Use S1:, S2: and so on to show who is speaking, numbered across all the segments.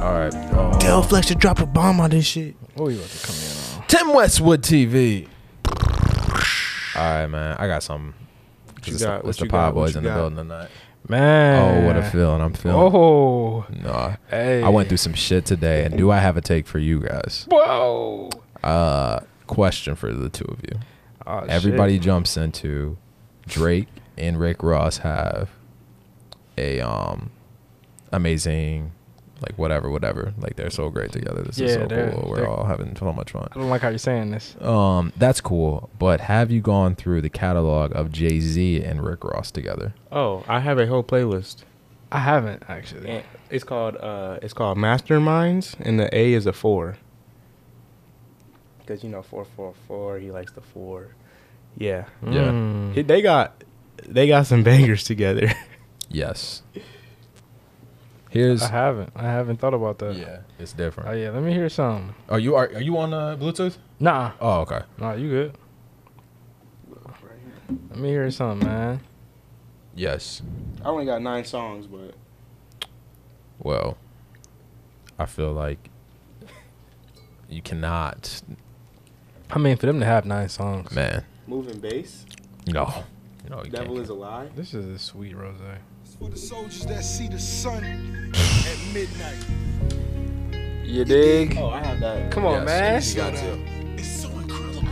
S1: uh,
S2: yo, Flex to drop a bomb on this shit.
S3: What you about to come in on?
S1: Tim Westwood TV. All right, man. I got something. 'Cause
S3: you
S1: it's
S3: got?
S1: the,
S3: What
S1: it's the
S3: you got?
S1: Pod
S3: What
S1: Boys
S3: you
S1: in the
S3: got?
S1: building tonight.
S3: Man.
S1: Oh, what a feeling. I'm feeling.
S3: Oh.
S1: No, I-
S3: Hey.
S1: I went through some shit today, and do I have a take for you guys?
S3: Whoa.
S1: Uh, question for the two of you.
S3: Oh,
S1: Everybody jumps into Drake and Rick Ross have a um amazing like whatever whatever like they're so great together. This is
S3: Yeah,
S1: so
S3: they're-
S1: cool. We're
S3: they're-
S1: all having so much fun.
S3: Shit. I don't like how you're saying this.
S1: Um, that's cool. But have you gone through the catalog of Jay Z and Rick Ross together?
S3: Uh,
S2: Oh, I have a whole playlist.
S3: I haven't actually.
S2: And It's called uh, it's called Masterminds, and the A is a four. Cause you know four four four, he likes the four. Yeah,
S1: Yeah.
S3: Mm.
S2: He- they got they got some bangers together.
S1: Yes. Here's
S3: I haven't. I haven't thought about that.
S1: yeah, it's
S3: Oh
S1: different.
S3: yeah. Let me hear some.
S1: Are you are, are you on uh, Bluetooth?
S3: Nah.
S1: Oh, okay.
S3: Nah. You good? Let me hear some, man.
S1: Yes.
S2: I only got nine songs, but
S1: Well, I feel like you cannot,
S3: I mean, for them to have nine songs,
S1: man.
S2: moving bass,
S1: No. No, you can't.
S2: a lie.
S3: this is a sweet rose.
S4: For the soldiers that see the sun at midnight.
S3: You dig?
S2: Oh, I have that.
S3: Come on,
S1: Yes.
S3: man.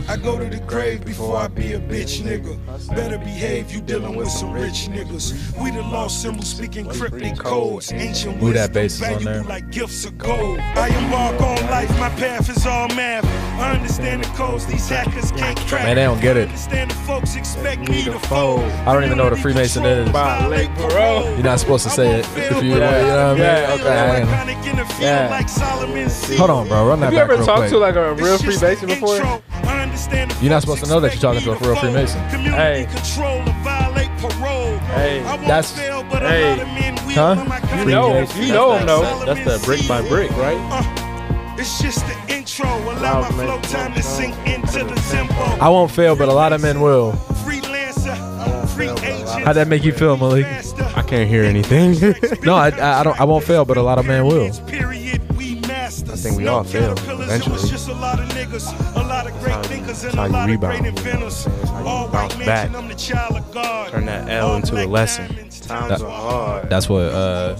S4: I go to the grave before I be a bitch nigga. Better behave, you dealing with some rich niggas. We the lost symbol speaking cryptic codes. Ancient
S1: Who that
S4: wisdom
S1: bass is on there?
S4: valuable like gifts of gold. I embark on life, my path is all math. I understand the codes these hackers can't crack.
S1: Man, they don't get it.
S4: I understand the folks expect me to fold.
S1: I don't even know what a Freemason is.
S4: Violate parole.
S1: You're not supposed to say it if you, you know what I mean?
S3: Yeah,
S1: Okay, I am.
S3: Yeah.
S4: Yeah.
S1: Hold on, bro. Run that
S3: Have you
S1: back
S3: ever
S1: real
S3: talked
S1: quick.
S3: to like a real free Freemason before?
S4: You're not supposed to know that you're talking to a real Freemason.
S3: Hey. Hey.
S4: That's.
S3: Hey.
S4: Huh?
S1: You
S3: know him. You know him, though.
S4: That's the brick by brick,
S2: right?
S4: right? It's just the intro. Allow my flow time to sink into the tempo.
S1: I won't fail, but a lot of men will.
S4: Freelancer, free agent.
S1: How'd that make you feel, Malik?
S2: I can't hear anything.
S1: No, I, I, I don't. I won't fail, but a lot of men will.
S4: I
S2: think we all fail eventually.
S4: just a lot of niggas, a lot of great thinkers, and
S2: how
S4: a
S2: you
S4: lot of
S2: rebound,
S4: great
S2: you know what I'm
S4: inventors.
S2: saying? It's how you
S4: All
S2: bounce
S4: white
S2: back.
S4: mansion, I'm the child of God.
S2: Turn that L into a lesson.
S4: Times
S1: are
S4: hard.
S1: That's what. Uh,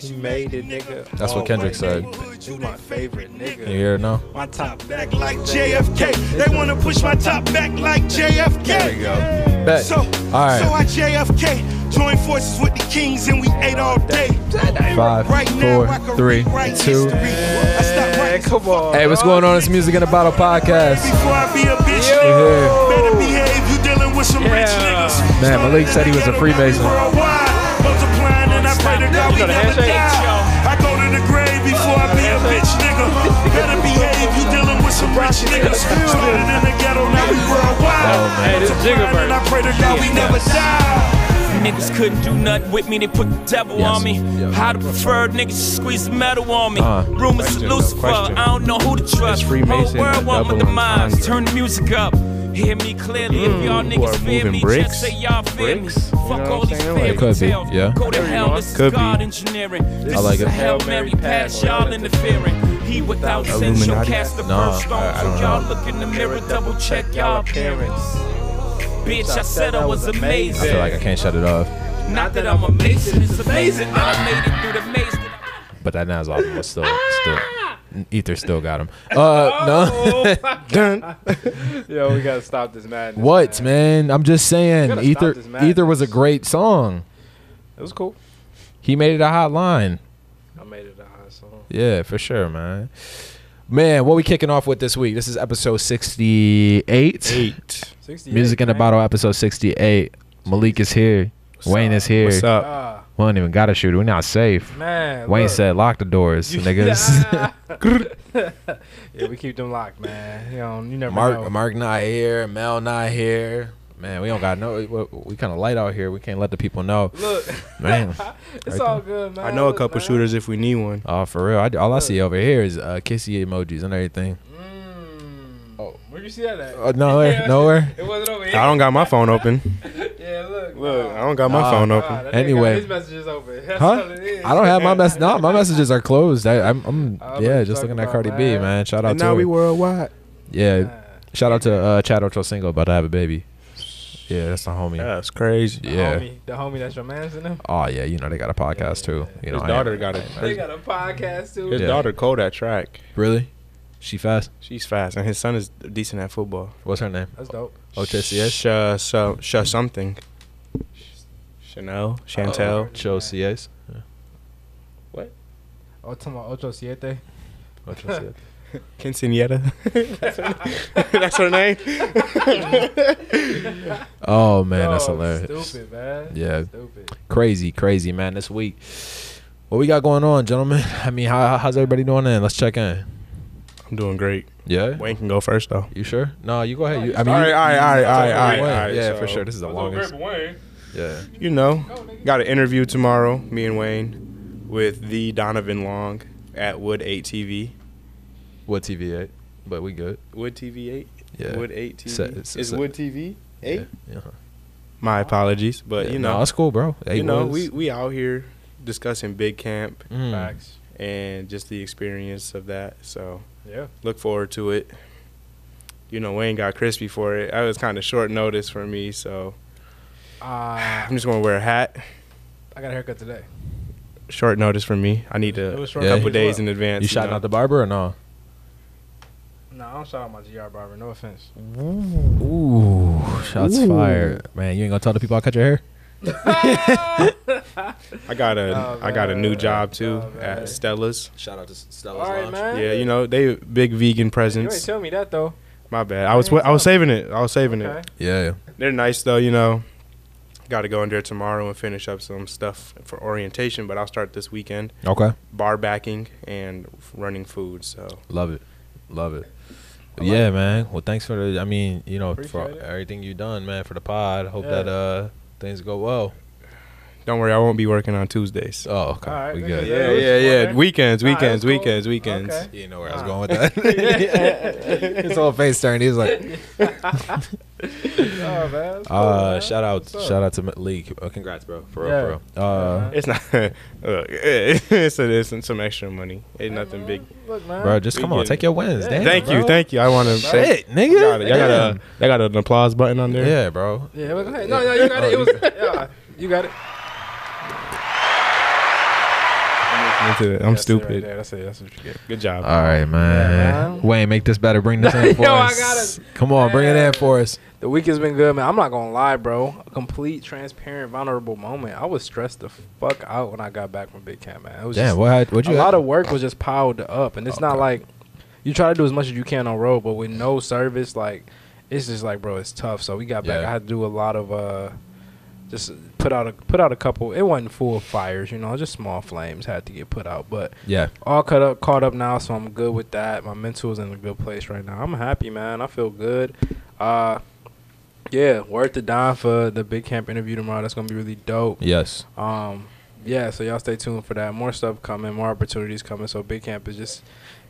S4: He
S2: made it, nigga.
S1: That's what Kendrick said.
S4: He's my favorite
S1: you
S4: nigga.
S1: hear it now?
S4: My top back like JFK. They wanna push my top back like JFK. There we go.
S1: Bet.
S4: So,
S1: All right.
S4: so I JFK joined forces with the kings and we ate all day.
S1: Five,
S4: right now, I
S1: four,
S4: could
S1: three,
S4: rewrite
S1: two.
S4: history. I stopped writing
S3: come on.
S1: Hey, what's going on? It's Music in a Bottle podcast.
S4: before I be a bitch.
S1: Yeah.
S4: Better behave, you dealing with some rich
S3: Yeah.
S4: niggas.
S1: Man, Malik said he was a Freemason.
S4: Worldwide, multiplying and I pray to God we
S3: You know the
S4: never
S3: handshake?
S4: die. I go to the grave before I be a bitch nigga. Better behave, you dealing with some rich niggas. Started in the ghetto, now we worldwide.
S1: Oh, man.
S3: Hey, this
S4: Multiplying
S3: Jigabird.
S4: And I pray to God we never die.
S5: Niggas couldn't do nothing with me, they put the devil
S1: Yes.
S5: on me.
S1: Yeah.
S5: How the preferred niggas just squeeze the metal on me.
S1: Uh,
S5: Rumors
S2: question,
S5: of
S2: though,
S5: Lucifer,
S2: question.
S5: I don't know who to trust.
S2: Freemason
S5: Whole
S2: a
S5: world want my
S2: double
S5: demise.
S2: entendre?
S5: Turn the music up. Hear me clearly if y'all
S2: who are
S5: niggas fear
S2: moving
S5: me.
S2: bricks?
S5: Just say y'all fear
S2: Bricks?
S5: me.
S2: You know
S5: Fuck
S2: what
S5: all
S2: I'm
S5: these
S2: saying? Like-
S5: fairy
S1: It could be,
S5: tales.
S1: yeah.
S5: Go to
S3: There you
S5: hell,
S3: go.
S5: this
S2: Could
S5: is
S2: be.
S5: God engineering. This
S1: like
S5: is
S1: it.
S5: a Hail Mary pass, y'all interfering. He without sin shall
S2: Illuminati?
S5: cast the
S1: No,
S5: first stone.
S1: I- I don't
S5: So
S1: know.
S5: y'all look in the mirror, double check y'all appearance. Bitch, I said I was
S1: I
S5: amazing.
S1: feel like I can't shut it off.
S5: Not that I'm amazing, it's amazing that I made it through the maze.
S1: But that Nas album was still, still,
S3: Ah!
S1: Ether still got him. Uh, no.
S3: Oh. Yo, we gotta stop this madness.
S1: What man? I'm just saying.
S3: gotta stop
S1: Ether,
S3: this madness.
S1: Ether was a great song.
S3: It was cool.
S1: He made it a hot line.
S3: I made it a hot song.
S1: Yeah, for sure, man. Man, what we kicking off with this week? This is episode 68.
S2: Eight.
S3: 68,
S1: Music in a
S3: man.
S1: Bottle, episode 68. Malik is here. Wayne is here.
S2: What's up?
S3: Ah,
S1: We don't even got a shooter. We're not safe.
S3: man.
S1: Wayne
S3: look.
S1: said, "Lock the doors, niggas."
S3: yeah, we keep them locked, man. You know, you never know.
S1: Mark, Mark not here. Mel not here. Man, we don't got no. we- We kind of light out here. We can't let the people know.
S3: Look,
S1: Man,
S3: it's
S1: Right
S3: all good, man.
S2: I know a
S3: Look,
S2: couple
S3: man.
S2: shooters if we need one.
S1: oh for real. I, all I see over here is uh, kissy emojis and everything.
S3: Mm. Oh, where you see that at?
S1: Uh, nowhere, nowhere.
S3: It wasn't over here.
S2: I don't got my phone open.
S3: Yeah, look.
S2: Look, I don't got my
S1: Nah.
S2: phone
S3: Nah,
S2: open.
S3: that nigga got
S1: Anyway.
S3: his messages open. That's
S1: Huh?
S3: all it is.
S1: I don't have my mess. No, my messages are closed. I, I'm, I'm,
S3: I was
S1: yeah,
S3: gonna
S1: just
S3: talk
S1: looking at
S3: about
S1: Cardi B,
S3: that.
S1: man. Shout out
S2: and
S1: to
S2: now
S1: her.
S2: we worldwide.
S1: yeah,
S3: Nah.
S1: shout out to uh, Chad Ocho Single about to have a baby. Yeah, that's the homie.
S2: That's crazy.
S3: The
S1: Yeah.
S3: homie, the homie that's your man's in them.
S1: Oh yeah, you know they got a podcast too. You know,
S2: His
S1: I-
S2: daughter got it.
S3: They got a podcast too.
S2: His
S1: Yeah.
S2: daughter cold at track.
S1: Really? She fast.
S2: She's fast, and his son is decent at football.
S1: What's her name?
S3: That's dope.
S1: OTCS.
S2: Sh- uh, so, sh- something. Chanel, Chantel.
S3: Oh.
S1: Cho CS.
S3: Oh, talking about Ocho Siete.
S1: Ocho
S2: Quinceanera. That's her name.
S1: Oh man, that's
S3: Yo,
S1: hilarious.
S3: Stupid man.
S1: Yeah.
S3: Stupid.
S1: Crazy, crazy man. This week, what we got going on, gentlemen? I mean, how, how's everybody doing? In let's check in.
S2: I'm doing great.
S1: Yeah.
S2: Wayne can go first though.
S1: You sure? No, you go ahead. You, I
S2: All
S1: mean,
S2: right, all
S1: you-
S2: right, all right, all right,
S1: you-
S2: all right, all right.
S1: yeah, for
S2: so,
S1: sure. This is the longest. Yeah.
S2: You know, got an interview tomorrow. Me and Wayne with the Donovan Long at Wood Eight TV.
S1: What TV eight? But we good.
S2: Wood TV Eight.
S1: Yeah.
S2: Wood Eight TV.
S1: Set- it's-
S2: is
S1: set-
S2: Wood TV Eight?
S1: Yeah. yeah.
S2: My apologies, but
S1: Yeah,
S2: you
S1: no,
S2: know,
S1: that's cool, bro. Eight
S2: you know,
S1: was-
S2: we we out here discussing big camp
S1: Mm.
S3: Facts.
S2: and just the experience of that. So
S3: Yeah.
S2: look forward to it. You know, Wayne got crispy for it. That was kind of short notice for me, so
S3: Uh,
S2: I'm just gonna wear a hat.
S3: I got a haircut today.
S2: Short notice for me. I need a
S3: short
S1: Yeah.
S2: couple
S3: notice
S2: days
S3: as well.
S2: in advance.
S1: You shouting
S2: know?
S1: out the barber or no?
S3: No, I don't shout out my GR barber. No offense.
S1: Ooh, shots fired, man! You ain't gonna tell the people I cut your hair?
S2: I got a
S3: Oh,
S2: I got a
S3: man.
S2: new job too
S3: Oh, man.
S2: at Stella's.
S1: Shout out to Stella's
S3: All right, man.
S2: Yeah, you know they big vegan
S3: You ain't
S2: presence.
S3: tell me that though.
S2: My bad. I was w- I was saving it. I was saving
S3: Okay.
S2: it.
S1: Yeah,
S2: They're nice though. You know, got to go in there tomorrow and finish up some stuff for orientation. But I'll start this weekend
S1: okay,
S2: bar backing and f- running food. So
S1: love it, love it.
S3: I like
S1: yeah, man. Well, thanks for the. I mean, you know, for
S3: Appreciate it.
S1: everything you done, man, for the pod. Hope
S3: Yeah.
S1: that uh things go well.
S2: don't worry, I won't be working on Tuesdays.
S1: Oh, okay,
S3: All right,
S1: we
S3: we
S1: good.
S3: good. Yeah, okay.
S2: Weekends,
S3: Nah, that's
S2: weekends,
S3: cool.
S2: weekends, weekends.
S3: Okay.
S1: You know where I was
S3: Ah.
S1: going with that. His whole face turned. He was like,
S3: Oh man. that's cool,
S1: "Uh,
S3: man.
S1: shout out,
S3: What's up?
S1: shout out to Malik. Uh, congrats, bro. For real,
S3: Yeah.
S1: for real. Uh,
S2: It's not. look, it's, it's some extra money. Ain't nothing big.
S3: Look, man.
S1: bro, just
S2: We
S1: come on,
S2: getting-
S1: take your wins.
S3: Yeah.
S1: Damn,
S2: Thank
S1: bro.
S2: you, thank you. I want to say.
S1: Shit, nigga.
S2: Y'all got, a- y'all, got
S1: Damn.
S2: a, y'all got an applause button on there.
S1: Yeah, bro.
S3: Yeah, but go ahead. No, no, Oh, you got it. It was. Yeah, you got it.
S2: That's it. I'm
S3: That's it right
S2: stupid.
S3: there. That's it. That's what you get.
S2: Good job.
S1: All right, man.
S3: man.
S1: Wayne, make this better. Bring this in for
S3: Yo, I
S1: us.
S3: gotta-
S1: Come on, bring it in
S3: Man.
S1: for us.
S3: The week has been good, man. I'm not gonna lie, bro. A complete, transparent, vulnerable moment. I was stressed the fuck out when I got back from Big Camp, man. It was
S1: Damn,
S3: just,
S1: what? had- What you?
S3: a
S1: had?
S3: lot of work was just piled up, and it's not like you try to do as much as you can on road, but with no service, like it's just like, bro, it's tough. So we got back.
S1: Yeah.
S3: I had to do a lot of uh, just put out a put out a couple. It wasn't full fires, you know, just small flames had to get put out, but
S1: yeah,
S3: all caught up, caught up now. So I'm good with that. My mental is in a good place right now. I'm happy, man. I feel good. Uh, yeah, worth the dime for the big camp interview tomorrow. That's gonna be really dope.
S1: yes.
S3: Um, yeah, so y'all stay tuned for that. More stuff coming, more opportunities coming. So Big Camp is just,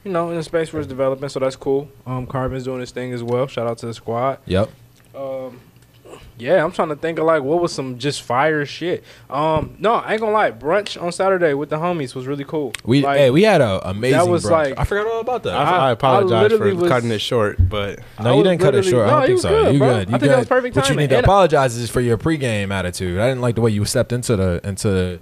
S3: you know, in a space where it's developing, so that's cool. Um, Carbon's doing his thing as well. Shout out to the squad.
S1: Yep.
S3: Um, yeah, I'm trying to think of like what was some just fire shit. Um, no, I ain't gonna lie, brunch on Saturday with the homies was really cool.
S1: We
S3: Like,
S1: hey, we had a amazing.
S3: that was
S1: brunch.
S3: like-
S1: I forgot all about that.
S2: I, I
S3: I
S2: apologize for
S3: literally was-
S2: cutting it short, but
S1: no, you
S3: was
S1: didn't cut it
S3: literally-
S1: short. I
S3: No,
S1: don't
S3: you
S1: think
S3: was
S1: so.
S3: good,
S1: you
S3: bro.
S1: good.
S3: I
S1: You
S3: think that
S1: good.
S3: was perfect
S1: What you
S3: timing.
S1: need to
S3: And-
S1: apologize is for your pregame attitude. I didn't like the way you stepped into the into. The,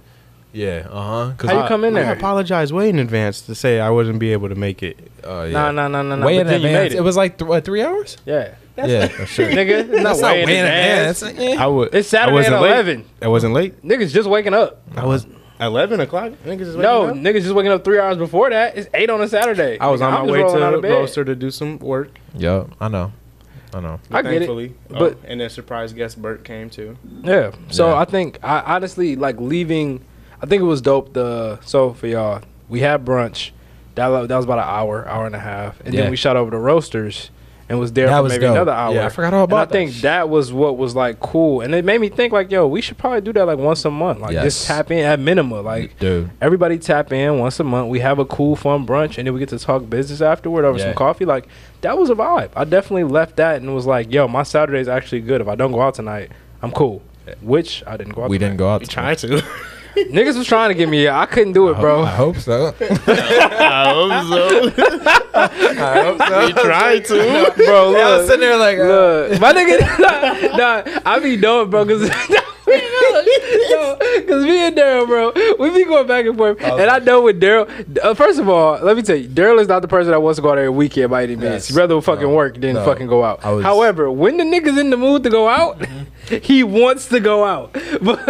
S1: yeah. Uh huh.
S3: How you come in
S2: I
S3: there?
S2: apologize way in advance to say I wouldn't be able to make it.
S1: Oh yeah.
S3: Nah, nah, nah, nah, nah.
S1: Way
S3: but
S1: in
S3: then you
S1: advance.
S3: made
S1: It was like th- what, three hours.
S3: yeah,
S1: yeah, for sure.
S3: nigga, it's not
S1: That's not
S3: way in advance.
S2: I would.
S3: It's
S2: I
S3: Saturday at
S2: wasn't late.
S3: eleven.
S2: I wasn't late.
S3: Niggas just waking up.
S2: I was eleven o'clock. Niggas is
S3: No,
S2: waking up.
S3: niggas just waking up three hours before that. It's eight on a Saturday.
S2: I was
S3: Nigga,
S2: on
S3: I'm
S2: my
S3: just
S2: way
S3: rolling out
S2: to
S3: of bed.
S2: Roaster to do some work.
S1: Yep. I know. I know.
S3: I get it,
S2: thankfully. Oh,
S3: but-
S2: and then surprise guest Bert came too.
S3: Yeah. So
S1: Yeah.
S3: I think I honestly like leaving. I think it was dope. The so for y'all, we had brunch. That lo- that was about an hour, hour and a half, and
S1: Yeah.
S3: then we shot over to roasters and was there
S1: That
S3: for
S1: was
S3: maybe
S1: dope.
S3: another hour.
S1: Yeah, I forgot all
S3: And
S1: about that
S3: I think
S1: shit.
S3: that was what was like cool, and it made me think like, yo, we should probably do that like once a month, like
S1: Yes.
S3: just tap in at minimum, like.
S1: Dude.
S3: Everybody tap in once a month. We have a cool, fun brunch, and then we get to talk business afterward over
S1: Yeah.
S3: some coffee. Like that was a vibe. I definitely left that and was like, "Yo, my Saturday is actually good. If I don't go out tonight, I'm cool." Which I didn't go out.
S1: we
S3: the
S1: didn't go out.
S2: We
S1: to-
S2: tried to.
S3: night. Niggas was trying to give me. I couldn't do it,
S1: I
S3: bro.
S1: hope- I hope so.
S2: I hope so.
S1: I hope so.
S2: we tried to.
S3: bro,
S1: I was
S3: look,
S1: sitting there like, uh,
S3: look, my nigga, nah, nah, I be knowing, bro, cause. No, cause me and Daryl, bro, we be going back and forth,
S1: Oh.
S3: and I know with Daryl. Uh, first of all, let me tell you, Daryl is not the person that wants to go out every weekend by any means.
S1: Yes.
S3: He'd rather fucking
S1: No.
S3: work than
S1: No.
S3: fucking go out.
S1: I was-
S3: However, when the nigga's in the mood to go out,
S1: Mm-hmm.
S3: he wants to go out. But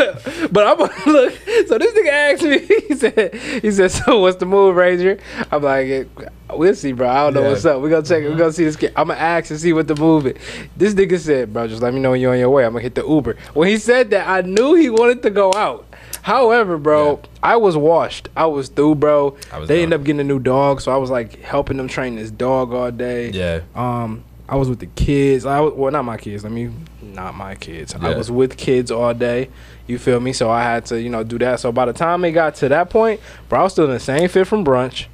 S3: but I'm gonna look. So this nigga asked me. He said he said, "So what's the move, Ranger?" I'm like, "Eh, "We'll see, bro. I don't know
S1: Yeah.
S3: what's up. We gonna check. it. We gonna see this kid. I'm gonna ask and see what the move is." This nigga said, "Bro, just let me know when you're on your way. I'm gonna hit the Uber." When he said that, I knew he wanted to go out. However, bro, I was washed. I was through, bro.
S1: I was
S3: they
S1: done.
S3: ended up getting a new dog, so I was like helping them train this dog all day.
S1: yeah,
S3: Um, I was with the kids. I was, well, not my kids. I mean, not my kids. I
S1: Yeah.
S3: was with kids all day. You feel me? So I had to, you know, do that. So by the time it got to that point, bro, I was still in the same fit from brunch.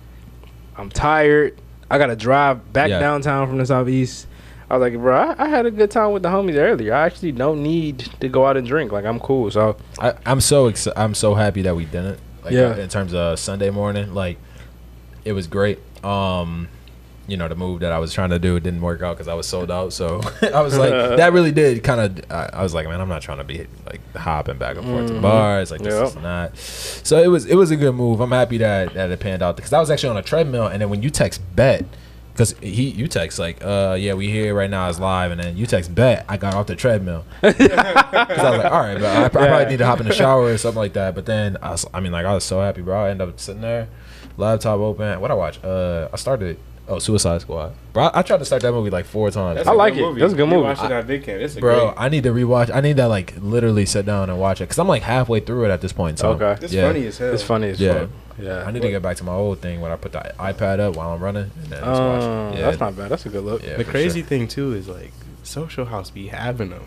S3: I'm tired. I gotta drive back
S1: Yeah.
S3: downtown from the southeast. I was like, bro, I, I had a good time with the homies earlier. I actually don't need to go out and drink. Like I'm cool. So
S1: I, I'm so exci- I'm so happy that we didn't. Like,
S3: Yeah.
S1: uh, in terms of Sunday morning, like it was great. Um, you know, the move that I was trying to do didn't work out because I was sold out. So I was like, that really did kind of. I, I was like, man, I'm not trying to be like hopping back and forth
S3: Mm-hmm.
S1: to bars like this
S3: Yep.
S1: is not. So it was it was a good move. I'm happy that that it panned out because I was actually on a treadmill and then when you text bet. Cause he, you text like, uh, yeah, we here right now. It's live, and then you text bet. I got off the treadmill. Cause I was like, all right, bro, I, I probably
S3: Yeah.
S1: need to hop in the shower or something like that. But then I, was, I mean, like I was so happy, bro. I end up sitting there, laptop open. What I watch? Uh, I started oh Suicide Squad, bro. I, I tried to start that movie like four times,
S3: I a like good it. movie.
S2: Movie.
S3: That's a good movie.
S2: Watched it at Big Camp. It's a
S1: bro.
S2: Great,
S1: I need to rewatch. I need to like literally sit down and watch it because I'm like halfway through it at this point. So
S3: Okay.
S2: it's
S1: yeah.
S2: funny as hell.
S3: it's funny as
S1: Yeah.
S3: fuck.
S1: I
S3: Yeah.
S1: need to get back to my old thing when I put the iPad up while I'm running and then just watch.
S3: Um,
S1: it. Yeah.
S3: That's not bad. That's a good look.
S1: yeah,
S2: the
S1: for
S2: crazy thing too is like social house be having them.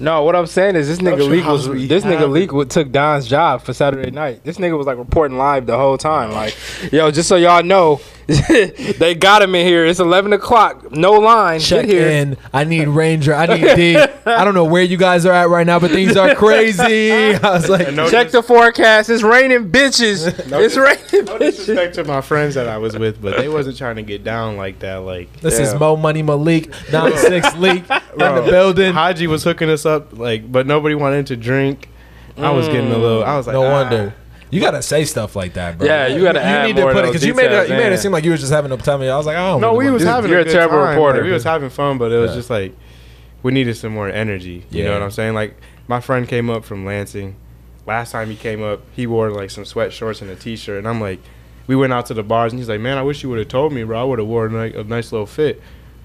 S3: No, what I'm saying is this nigga
S2: sure
S3: leak
S2: how
S3: was
S2: we
S3: this nigga
S2: have
S3: leak wa- took Don's job for Saturday night. This nigga was like reporting live the whole time. Like, yo, just so y'all know, they got him in here. It's 11 o'clock. No line.
S1: Check
S3: Get here.
S1: in. I need Ranger. I need D. I don't know where you guys are at right now, but things are crazy. I was like,
S2: And no
S3: Check the forecast. It's raining, bitches. it's raining,
S2: No
S3: bitches.
S2: disrespect to my friends that I was with, but they wasn't trying to get down like that. Like
S1: This is
S3: Yeah.
S1: Mo Money Malik, 96 Leak in the
S2: Bro.
S1: building.
S2: Haji was hooking us up, like, but nobody wanted to drink. I was getting a little. I was like,
S1: No
S2: ah.
S1: wonder. You gotta say stuff like that, bro.
S3: Yeah, you gotta add more of those
S1: because you made it
S3: details
S1: you made
S3: in.
S1: it seem like you were just having a time. I was like, I don't.
S2: No,
S1: really
S2: Oh, we
S1: want
S2: was
S1: this.
S2: having.
S3: you're
S2: a,
S3: a
S2: good
S3: terrible
S2: time.
S3: reporter.
S2: Like, we was having fun, but it was
S1: Yeah.
S2: just like we needed some more energy. You
S1: Yeah.
S2: know what I'm saying? Like my friend came up from Lansing. Last time he came up, he wore like some sweat shorts and a t-shirt, and I'm like, we went out to the bars, and he's like, man, I wish you would have told me, bro. I would have worn like a nice little fit.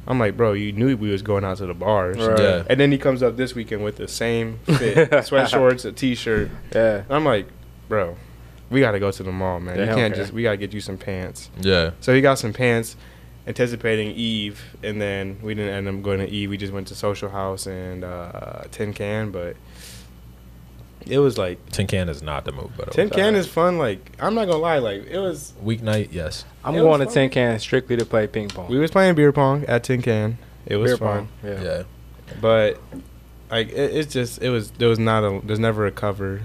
S2: I'm like, bro, you knew we was going out to the bars.
S3: Right.
S1: Yeah.
S2: And then he comes up this weekend with the same fit, sweat shorts, a t-shirt.
S3: Yeah.
S2: I'm like, bro, we gotta go to the mall, man.
S3: Yeah,
S2: you can't
S3: okay.
S2: just. We gotta get you some pants.
S1: Yeah,
S2: So he got some pants, anticipating Eve, and then we didn't end up going to Eve. We just went to Social House and uh, Tin Can, but it was like
S1: Tin Can is not the move, but
S2: Tin Can is fun. Like I'm not gonna lie, like it was.
S1: weeknight. Yes,
S3: I'm
S2: It
S3: going to
S2: was
S3: Tin Can strictly to play ping pong.
S2: We was playing beer pong at Tin Can. It was
S3: Beer
S2: fun,
S3: pong. Yeah.
S1: yeah.
S2: but like it, it's just it was there was not a there's never a cover.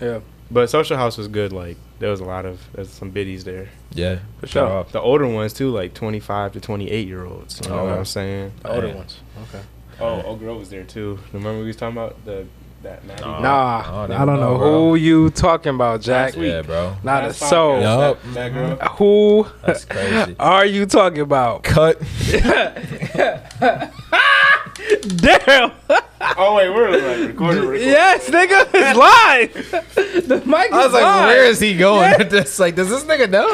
S3: Yeah.
S2: But Social House was good. Like there was a lot of there's some biddies there.
S1: Yeah,
S3: For sure.
S1: off.
S2: The older ones too, like 25 to 28 year olds. You know
S1: Oh,
S2: what
S1: wow.
S2: I'm saying?
S3: The older
S1: Yeah.
S3: ones. Okay.
S2: Oh, old girl was there too. Remember we was talking about the that Maddie?
S1: Nah.
S3: Nah,
S1: I don't
S3: I don't
S1: even
S3: know
S1: know, bro.
S3: who you talking about,
S2: Last
S3: Jack.
S2: week.
S1: yeah, bro.
S3: Not a soul.
S1: Yeah. Yup.
S2: That, that girl.
S3: Who
S1: That's crazy.
S3: are you talking about?
S1: Cut.
S3: Daryl.
S2: Oh wait, we're like recording. recording.
S3: Yes, nigga, it's live. The mic is
S1: I was like,
S3: live.
S1: where is he going? It's like, does this nigga know?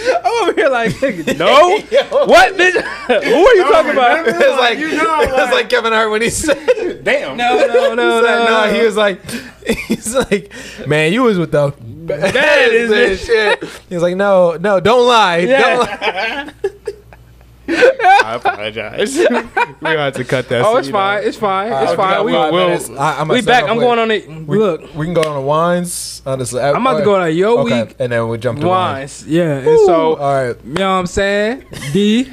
S3: I'm over here like, nigga, no. what, bitch? Who are you talking about?
S1: It's like you know, it's like Kevin Hart when he said.
S2: Damn.
S3: no, no, no, no,
S1: He's like,
S3: no.
S1: nah, he was like, he's like, man, you was with the baddest bitch."
S3: Baddest
S1: shit. He was like, no, no, don't lie.
S3: Yeah.
S1: Don't lie.
S2: I apologize. we gonna have to cut that.
S3: Oh,
S2: so
S3: it's
S2: you know.
S3: fine. It's fine. It's
S1: We
S3: fine.
S1: got
S3: We,
S1: five
S2: will-
S1: minutes. I- I'm
S3: we
S1: upset
S3: back.
S1: real
S3: I'm
S1: quick.
S3: going on it.
S1: We,
S3: Look,
S1: we can go on the wines. I'm
S3: I'm about to go on a yo week
S1: and then we jump to wines.
S3: wines. Yeah, and so.
S1: Ooh, all right,
S3: You know what I'm saying? D,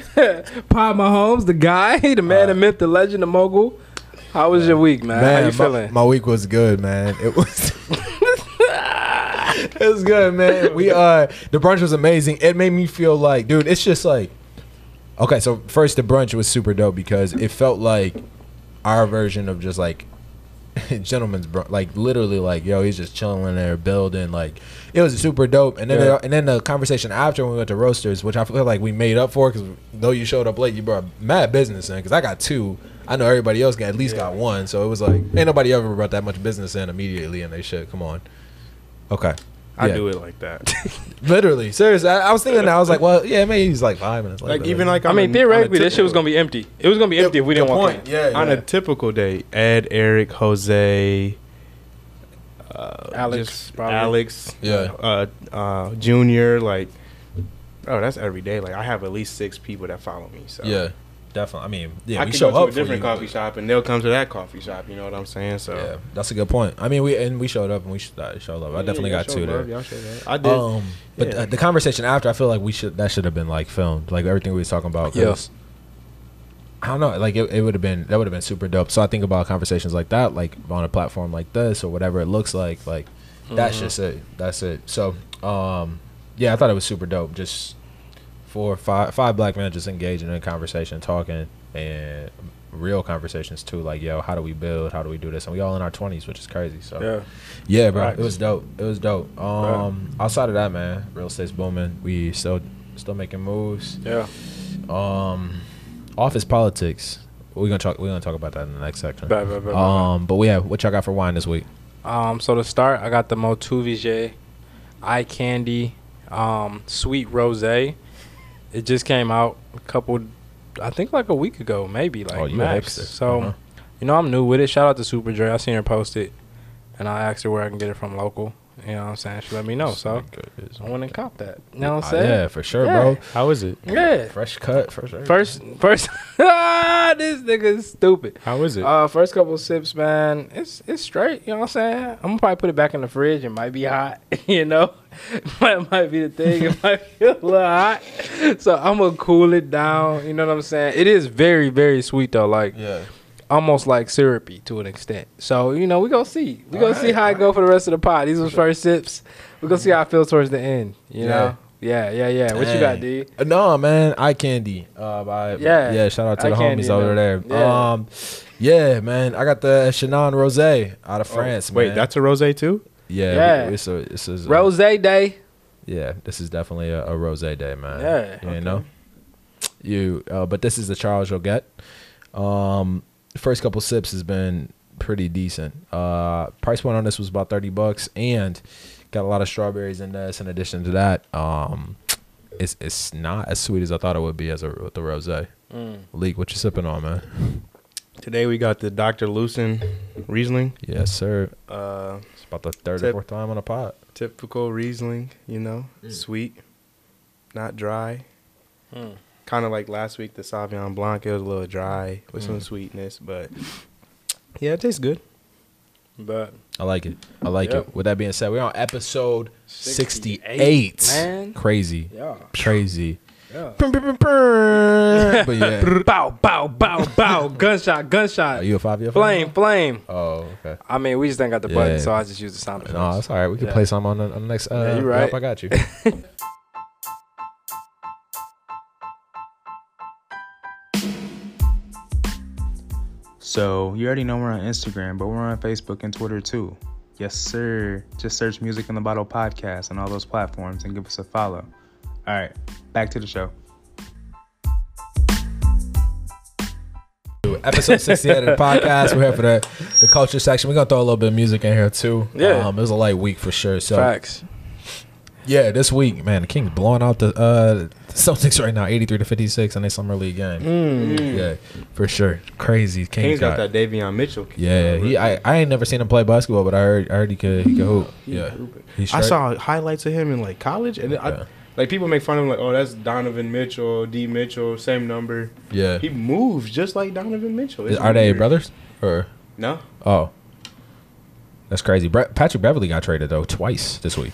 S3: Pop Mahomes, the guy, the Uh. man, the myth, the legend, the mogul. How was your week, man? How you
S1: my,
S3: feeling?
S1: my week was good, man. It was. it was good, man. We uh, the brunch was amazing. It made me feel like, dude, it's just like, okay. So first, the brunch was super dope because it felt like our version of just like gentleman's brunch, like literally, like yo, he's just chilling in there building. Like it was super dope. And then
S3: Yeah.
S1: and then the conversation after when we went to roasters, which I feel like we made up for because though you showed up late, you brought mad business in because I got two. I know everybody else got at least got one, so it was like ain't nobody ever brought that much business in immediately, and they should come on. Okay,
S2: I
S1: Yeah.
S2: do it like that.
S1: literally, seriously, I, I was thinking that I was like, well, yeah, maybe he's like five minutes.
S2: like
S1: later.
S2: even like
S3: I
S2: on a-
S3: mean, theoretically,
S2: on a
S3: this shit was
S2: typical-
S3: gonna be empty. It was gonna be empty if we didn't
S1: Good
S3: walk in.
S1: point. Yeah,
S2: on
S1: yeah.
S2: a typical day. Ed, Eric, Jose, uh,
S3: Alex,
S2: just
S3: probably.
S2: Alex,
S1: Yeah.
S2: uh, uh, Junior. Like, oh, that's every day. Like, I have at least six people that follow me. So
S1: yeah, definitely. I mean, yeah,
S2: I
S1: we
S2: can
S1: show
S2: go to
S1: up
S2: a
S1: for
S2: different
S1: you.
S2: coffee shop and they'll come to that coffee shop. You know what I'm saying? So
S1: Yeah, that's a good point. I mean, we and we showed up and we showed up. I definitely got two there.
S2: I did.
S1: Um, but
S2: Yeah.
S1: the, the conversation after, I feel like we should that should have been like filmed, like everything we was talking about. 'cause I don't know, like it, it would have been that would have been super dope. So I think about conversations like that, like on a platform like this or whatever it looks like. Like
S2: Mm-hmm.
S1: that's just it. That's it. So um, yeah, I thought it was super dope. Just four, five, five black men just engaging in a conversation, talking and real conversations too. Like yo, how do we build? How do we do this? And we all in our twenties, which is crazy. So
S3: Yeah.
S1: yeah, bro.
S2: Facts.
S1: It was dope. It was dope. Um, outside of that, man, real estate's booming. We still still making moves.
S3: Yeah.
S1: Um, office politics. We're gonna talk. We're gonna talk about that in the next section.
S3: Bad, bad, bad, bad,
S1: um, but we have what y'all got for wine this week?
S3: Um, so to start, I got the Motu Vijay, Eye Candy, um, Sweet Rose. It just came out a couple, I think like a week ago, maybe like
S1: Oh, you a
S3: max.
S1: hipster.
S3: So,
S1: Uh-huh.
S3: you know, I'm new with it. Shout out to Super Dre. I seen her post it, and I asked her where I can get it from local. You know what I'm saying? She let me know. So I went and cop that. You know what I'm
S1: Ah,
S3: saying?
S1: Uh-huh. Uh, yeah, for sure,
S3: Yeah.
S1: bro.
S2: How is it?
S3: Yeah.
S1: Fresh cut. Fresh.
S3: First, first, ah, this nigga is stupid.
S2: How is it?
S3: Uh, first couple sips, man, it's it's straight. You know what I'm saying? I'm gonna probably put it back in the fridge. It might be hot, you know. might might be the thing. It might be a little hot, so I'm gonna cool it down. You know what I'm saying? It is very very sweet though, like
S1: Yeah.
S3: almost like syrupy to an extent. So you know we gonna see. We gonna see how it go for the rest of the pot. These was first sips. We gonna see how it feels towards the end. You
S1: Yeah.
S3: know? Yeah, yeah, yeah. What you got,
S1: Dang.
S3: D?
S1: Uh, No, man, eye candy. Uh, by,
S3: Yeah.
S1: yeah, yeah. Shout out to
S3: Eye
S1: the
S3: Candy,
S1: homies over
S3: man.
S1: there.
S3: Yeah.
S1: Um, yeah, man. I got the Chenon Rosé out
S3: Oh,
S1: of France.
S2: Wait,
S1: man.
S2: that's a rose too.
S1: yeah.
S3: Yeah.
S1: we- It's a, it's a,
S3: Rose Day.
S1: Yeah, this is definitely a, a rose day, man.
S3: Yeah.
S1: you know, you. Uh, but this is the Charles you'll get. Um, the first couple sips has been pretty decent. Uh, price point on this was about thirty bucks, and got a lot of strawberries in this. In addition to that, um, it's it's not as sweet as I thought it would be as a with the rose.
S2: Mm.
S1: Leak, what you sipping on, man?
S2: Today we got the Dr. Lucin Riesling.
S1: Yes, sir.
S2: Uh,
S1: It's about the third or
S2: Tip.
S1: fourth time on a pot.
S2: typical Riesling, you know,
S6: Mm.
S2: sweet, not dry.
S6: Hmm.
S2: Kind of like last week, the Sauvignon Blanc. It was a little dry with
S6: Hmm.
S2: some sweetness, but yeah, it tastes good.
S3: But
S1: I like it. I like
S3: Yep.
S1: it. With that being said, we're on episode 68.
S3: 68, man.
S1: Crazy.
S3: yeah.
S1: Crazy.
S3: Yeah.
S1: but yeah.
S3: bow, bow, bow, bow. gunshot, gunshot.
S1: Are you a five year
S3: flame, flame.
S1: Oh, okay.
S3: I mean, we just ain't got the button,
S1: Yeah.
S3: so I just use the sound effects.
S1: No, that's all right. We can
S3: Yeah.
S1: play some on the, on the next. Uh,
S3: Yeah, you
S1: rap.
S3: right.
S1: I got you.
S6: So, you already know we're on Instagram, but we're on Facebook and Twitter too. Yes, sir. Just search Music in the Bottle podcast on all those platforms and give us a follow. All right, back to the show.
S1: episode 68 of the podcast. We're here for the, the culture section. We're going to throw a little bit of music in here too.
S3: Yeah.
S1: Um, it was a light week for sure. So,
S3: Facts.
S1: yeah, this week, man, the Kings blowing out the uh, the Celtics right now, 83 to 56 in their summer league game.
S3: Mm.
S1: Yeah, for sure. Crazy. Kings,
S2: King's got
S1: got
S2: that Davion Mitchell.
S1: Yeah, he, I, I ain't never seen him play basketball, but I heard I heard he could he could hoop. Yeah, He
S2: I
S1: straight-
S2: saw highlights of him in like college, and
S1: Yeah.
S2: I, like people make fun of him, like, oh, that's Donovan Mitchell, D Mitchell, same number.
S1: Yeah,
S2: He moves just like Donovan Mitchell. It's
S1: are they
S2: weird.
S1: brothers or
S2: No,
S1: oh? That's crazy. Bre- Patrick Beverly got traded though twice this week.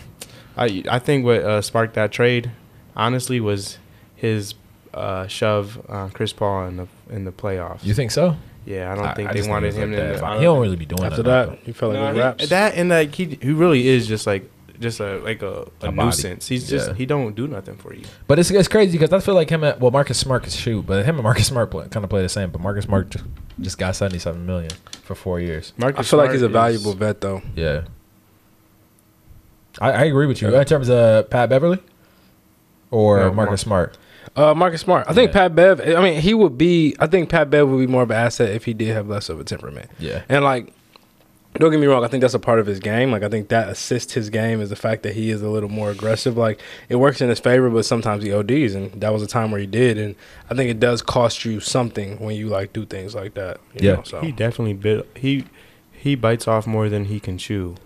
S2: I I think what uh, sparked that trade, honestly, was his uh, shove on Chris uh, Paul in the in the playoffs.
S1: You think so?
S2: Yeah, I don't
S1: I,
S2: think
S1: I
S2: they
S1: just
S2: wanted
S1: think
S2: him
S1: it was like that.
S2: to. I
S1: He
S2: don't-
S1: don't really be doing
S3: After
S1: nothing like
S3: that, he felt
S2: No,
S3: like
S2: he-
S3: he raps.
S2: that and like he he really is just like just a like a, a,
S1: A body.
S2: nuisance. He's just
S1: Yeah.
S2: he don't do nothing for you.
S1: But it's, it's crazy because I feel like him and well Marcus Smart could shoot, but him and Marcus Smart play, kind of play the same. But Marcus Smart ju- just got seventy something million for four years.
S2: Marcus
S3: I feel like
S2: Smart
S3: he's a
S2: is-
S3: valuable vet though.
S1: Yeah, I, I agree with you in terms of Pat Beverly or
S2: No,
S1: Marcus Smart.
S3: Uh, Marcus Smart. I think
S1: Yeah.
S3: Pat Bev. I mean, he would be. I think Pat Bev would be more of an asset if he did have less of a temperament.
S1: Yeah,
S3: And like, don't get me wrong. I think that's a part of his game. Like, I think that assists his game is the fact that he is a little more aggressive. Like, it works in his favor, but sometimes he ODs, and that was a time where he did. And I think it does cost you something when you like do things like that. you
S1: Yeah.
S3: know, so.
S2: He definitely bit he he bites off more than he can chew.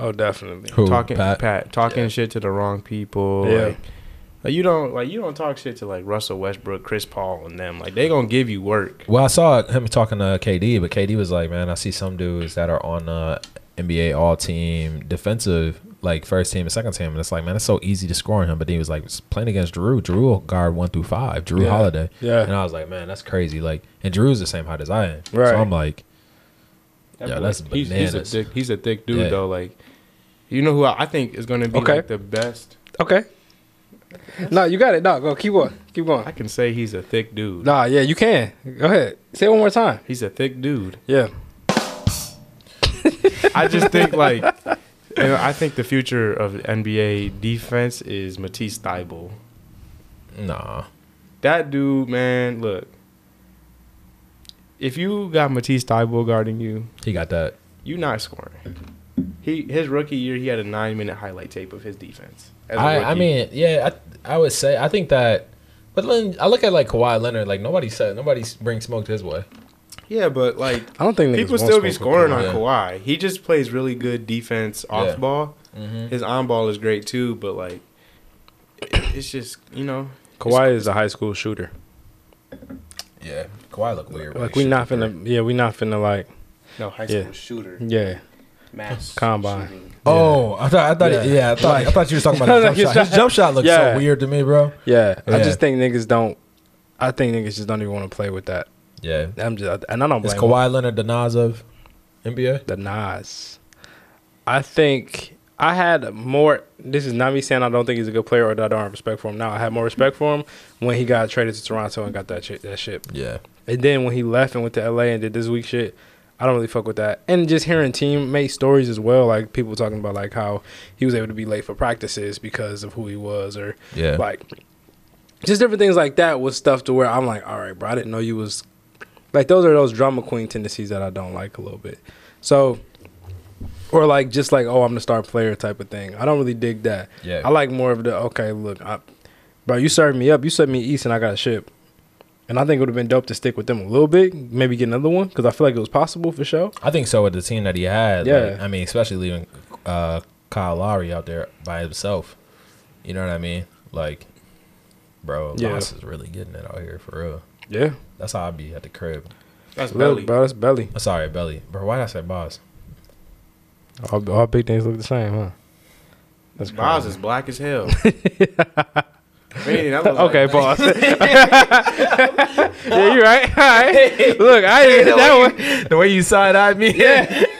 S3: oh, definitely.
S1: Who,
S2: talking Pat,
S1: Pat?
S2: talking shit to the wrong people.
S3: Yeah.
S2: Like, like, you don't like you don't talk shit to like Russell Westbrook, Chris Paul, and them. Like they gonna give you work.
S1: Well, I saw him talking to KD, but KD was like, "Man, I see some dudes that are on uh, NBA All Team defensive, like first team and second team, and it's like, man, it's so easy to score on him." But then he was like, "It's "Playing against Drew, Drew will guard one through five, Drew
S3: Yeah.
S1: Holiday,"
S3: Yeah.
S1: and I was like, "Man, that's crazy!" Like, and Drew's the same height as I am,
S3: Right.
S1: so I'm like,
S2: That
S1: Yeah,
S2: boy-
S1: that's
S2: he's, he's a
S1: bananas.
S2: thick he's a thick dude
S1: Yeah.
S2: though. Like you know who I, I think is gonna be
S3: Okay.
S2: like the best.
S3: Okay. No, you got it. No, go keep on. Keep
S2: I
S3: going.
S2: can say he's a thick dude.
S3: Nah, yeah, you can. Go ahead. Say it one more time.
S2: He's a thick dude.
S3: Yeah.
S2: I just think like, and I think the future of NBA defense is Matisse Thybulle.
S1: "Nah,
S2: That dude, man, look. If you got Matisse Thybulle guarding you,
S1: he got that."
S2: you not scoring. He his rookie year, he had a nine minute highlight tape of his defense. as a
S1: I, I
S2: rookie.
S1: mean, yeah, I, I would say I think that, but then I look at like Kawhi Leonard, like nobody said nobody brings smoke his way.
S2: yeah, but like
S3: I don't think niggas
S2: people
S3: won't
S2: still be
S3: smoke with
S2: scoring on
S1: Kawhi.
S2: Kawhi. He just plays really good defense off
S1: Yeah.
S2: ball.
S3: Mm-hmm.
S2: His on ball is great too, but like, it- it's just you know
S3: Kawhi is a high school shooter.
S1: Yeah, Kawhi look weird.
S3: Like we not finna, yeah, we not finna like,
S2: no high
S3: Yeah.
S2: school shooter
S3: yeah.
S2: mass
S3: Combine.
S2: shooting.
S1: Oh, I thought I thought yeah,
S3: Yeah.
S1: I thought I thought you was talking about
S3: No, no,
S1: his jump
S3: his
S1: shot. His
S3: shot-
S1: jump shot looked
S3: Yeah.
S1: so weird to me, bro.
S3: Yeah, I
S1: Yeah.
S3: just think niggas don't. I think niggas just don't even want to play with that.
S1: Yeah,
S3: I'm just, and I don't
S1: is
S3: blame
S1: Kawhi Leonard the Nas of NBA?
S3: the Nas. I think I had more. This is not me saying I don't think he's a good player or that I don't have respect for him. Now I had more respect for him when he got traded to Toronto and got that shit, that shit.
S1: Yeah,
S3: And then when he left and went to LA and did this week shit, I don't really fuck with that. And just hearing teammate stories as well, like people talking about like how he was able to be late for practices because of who he was or
S1: yeah,
S3: like just different things like that was stuff to where I'm like, all right, bro, I didn't know you was like those are those drama queen tendencies that I don't like a little bit. So or like just like oh I'm the star player type of thing. I don't really dig that.
S1: yeah.
S3: I like more of the okay, look, I, bro, you served me up, you served me east, and I got a ship. And I think it would have been dope to stick with them a little bit, maybe get another one because I feel like it was possible for sure.
S1: I think so with the team that he had. Yeah,
S3: Yeah.
S1: I mean, especially leaving uh, Kyle Lowry out there by himself. You know what I mean? Like, bro,
S3: Yeah.
S1: Nas is really getting it out here for real.
S3: Yeah,
S1: That's how I be at the crib.
S2: That's
S3: look,
S2: belly.
S3: bro, that's belly.
S1: I'm sorry, Belly, bro. Why did I say boss?
S3: All, all big things look the same, huh?
S2: That's Nas is black as hell. Man, that was
S3: Okay,
S2: like,
S3: boss. yeah, you right. All right. Look, I didn't get that one.
S1: The way you side eyed me. Yeah.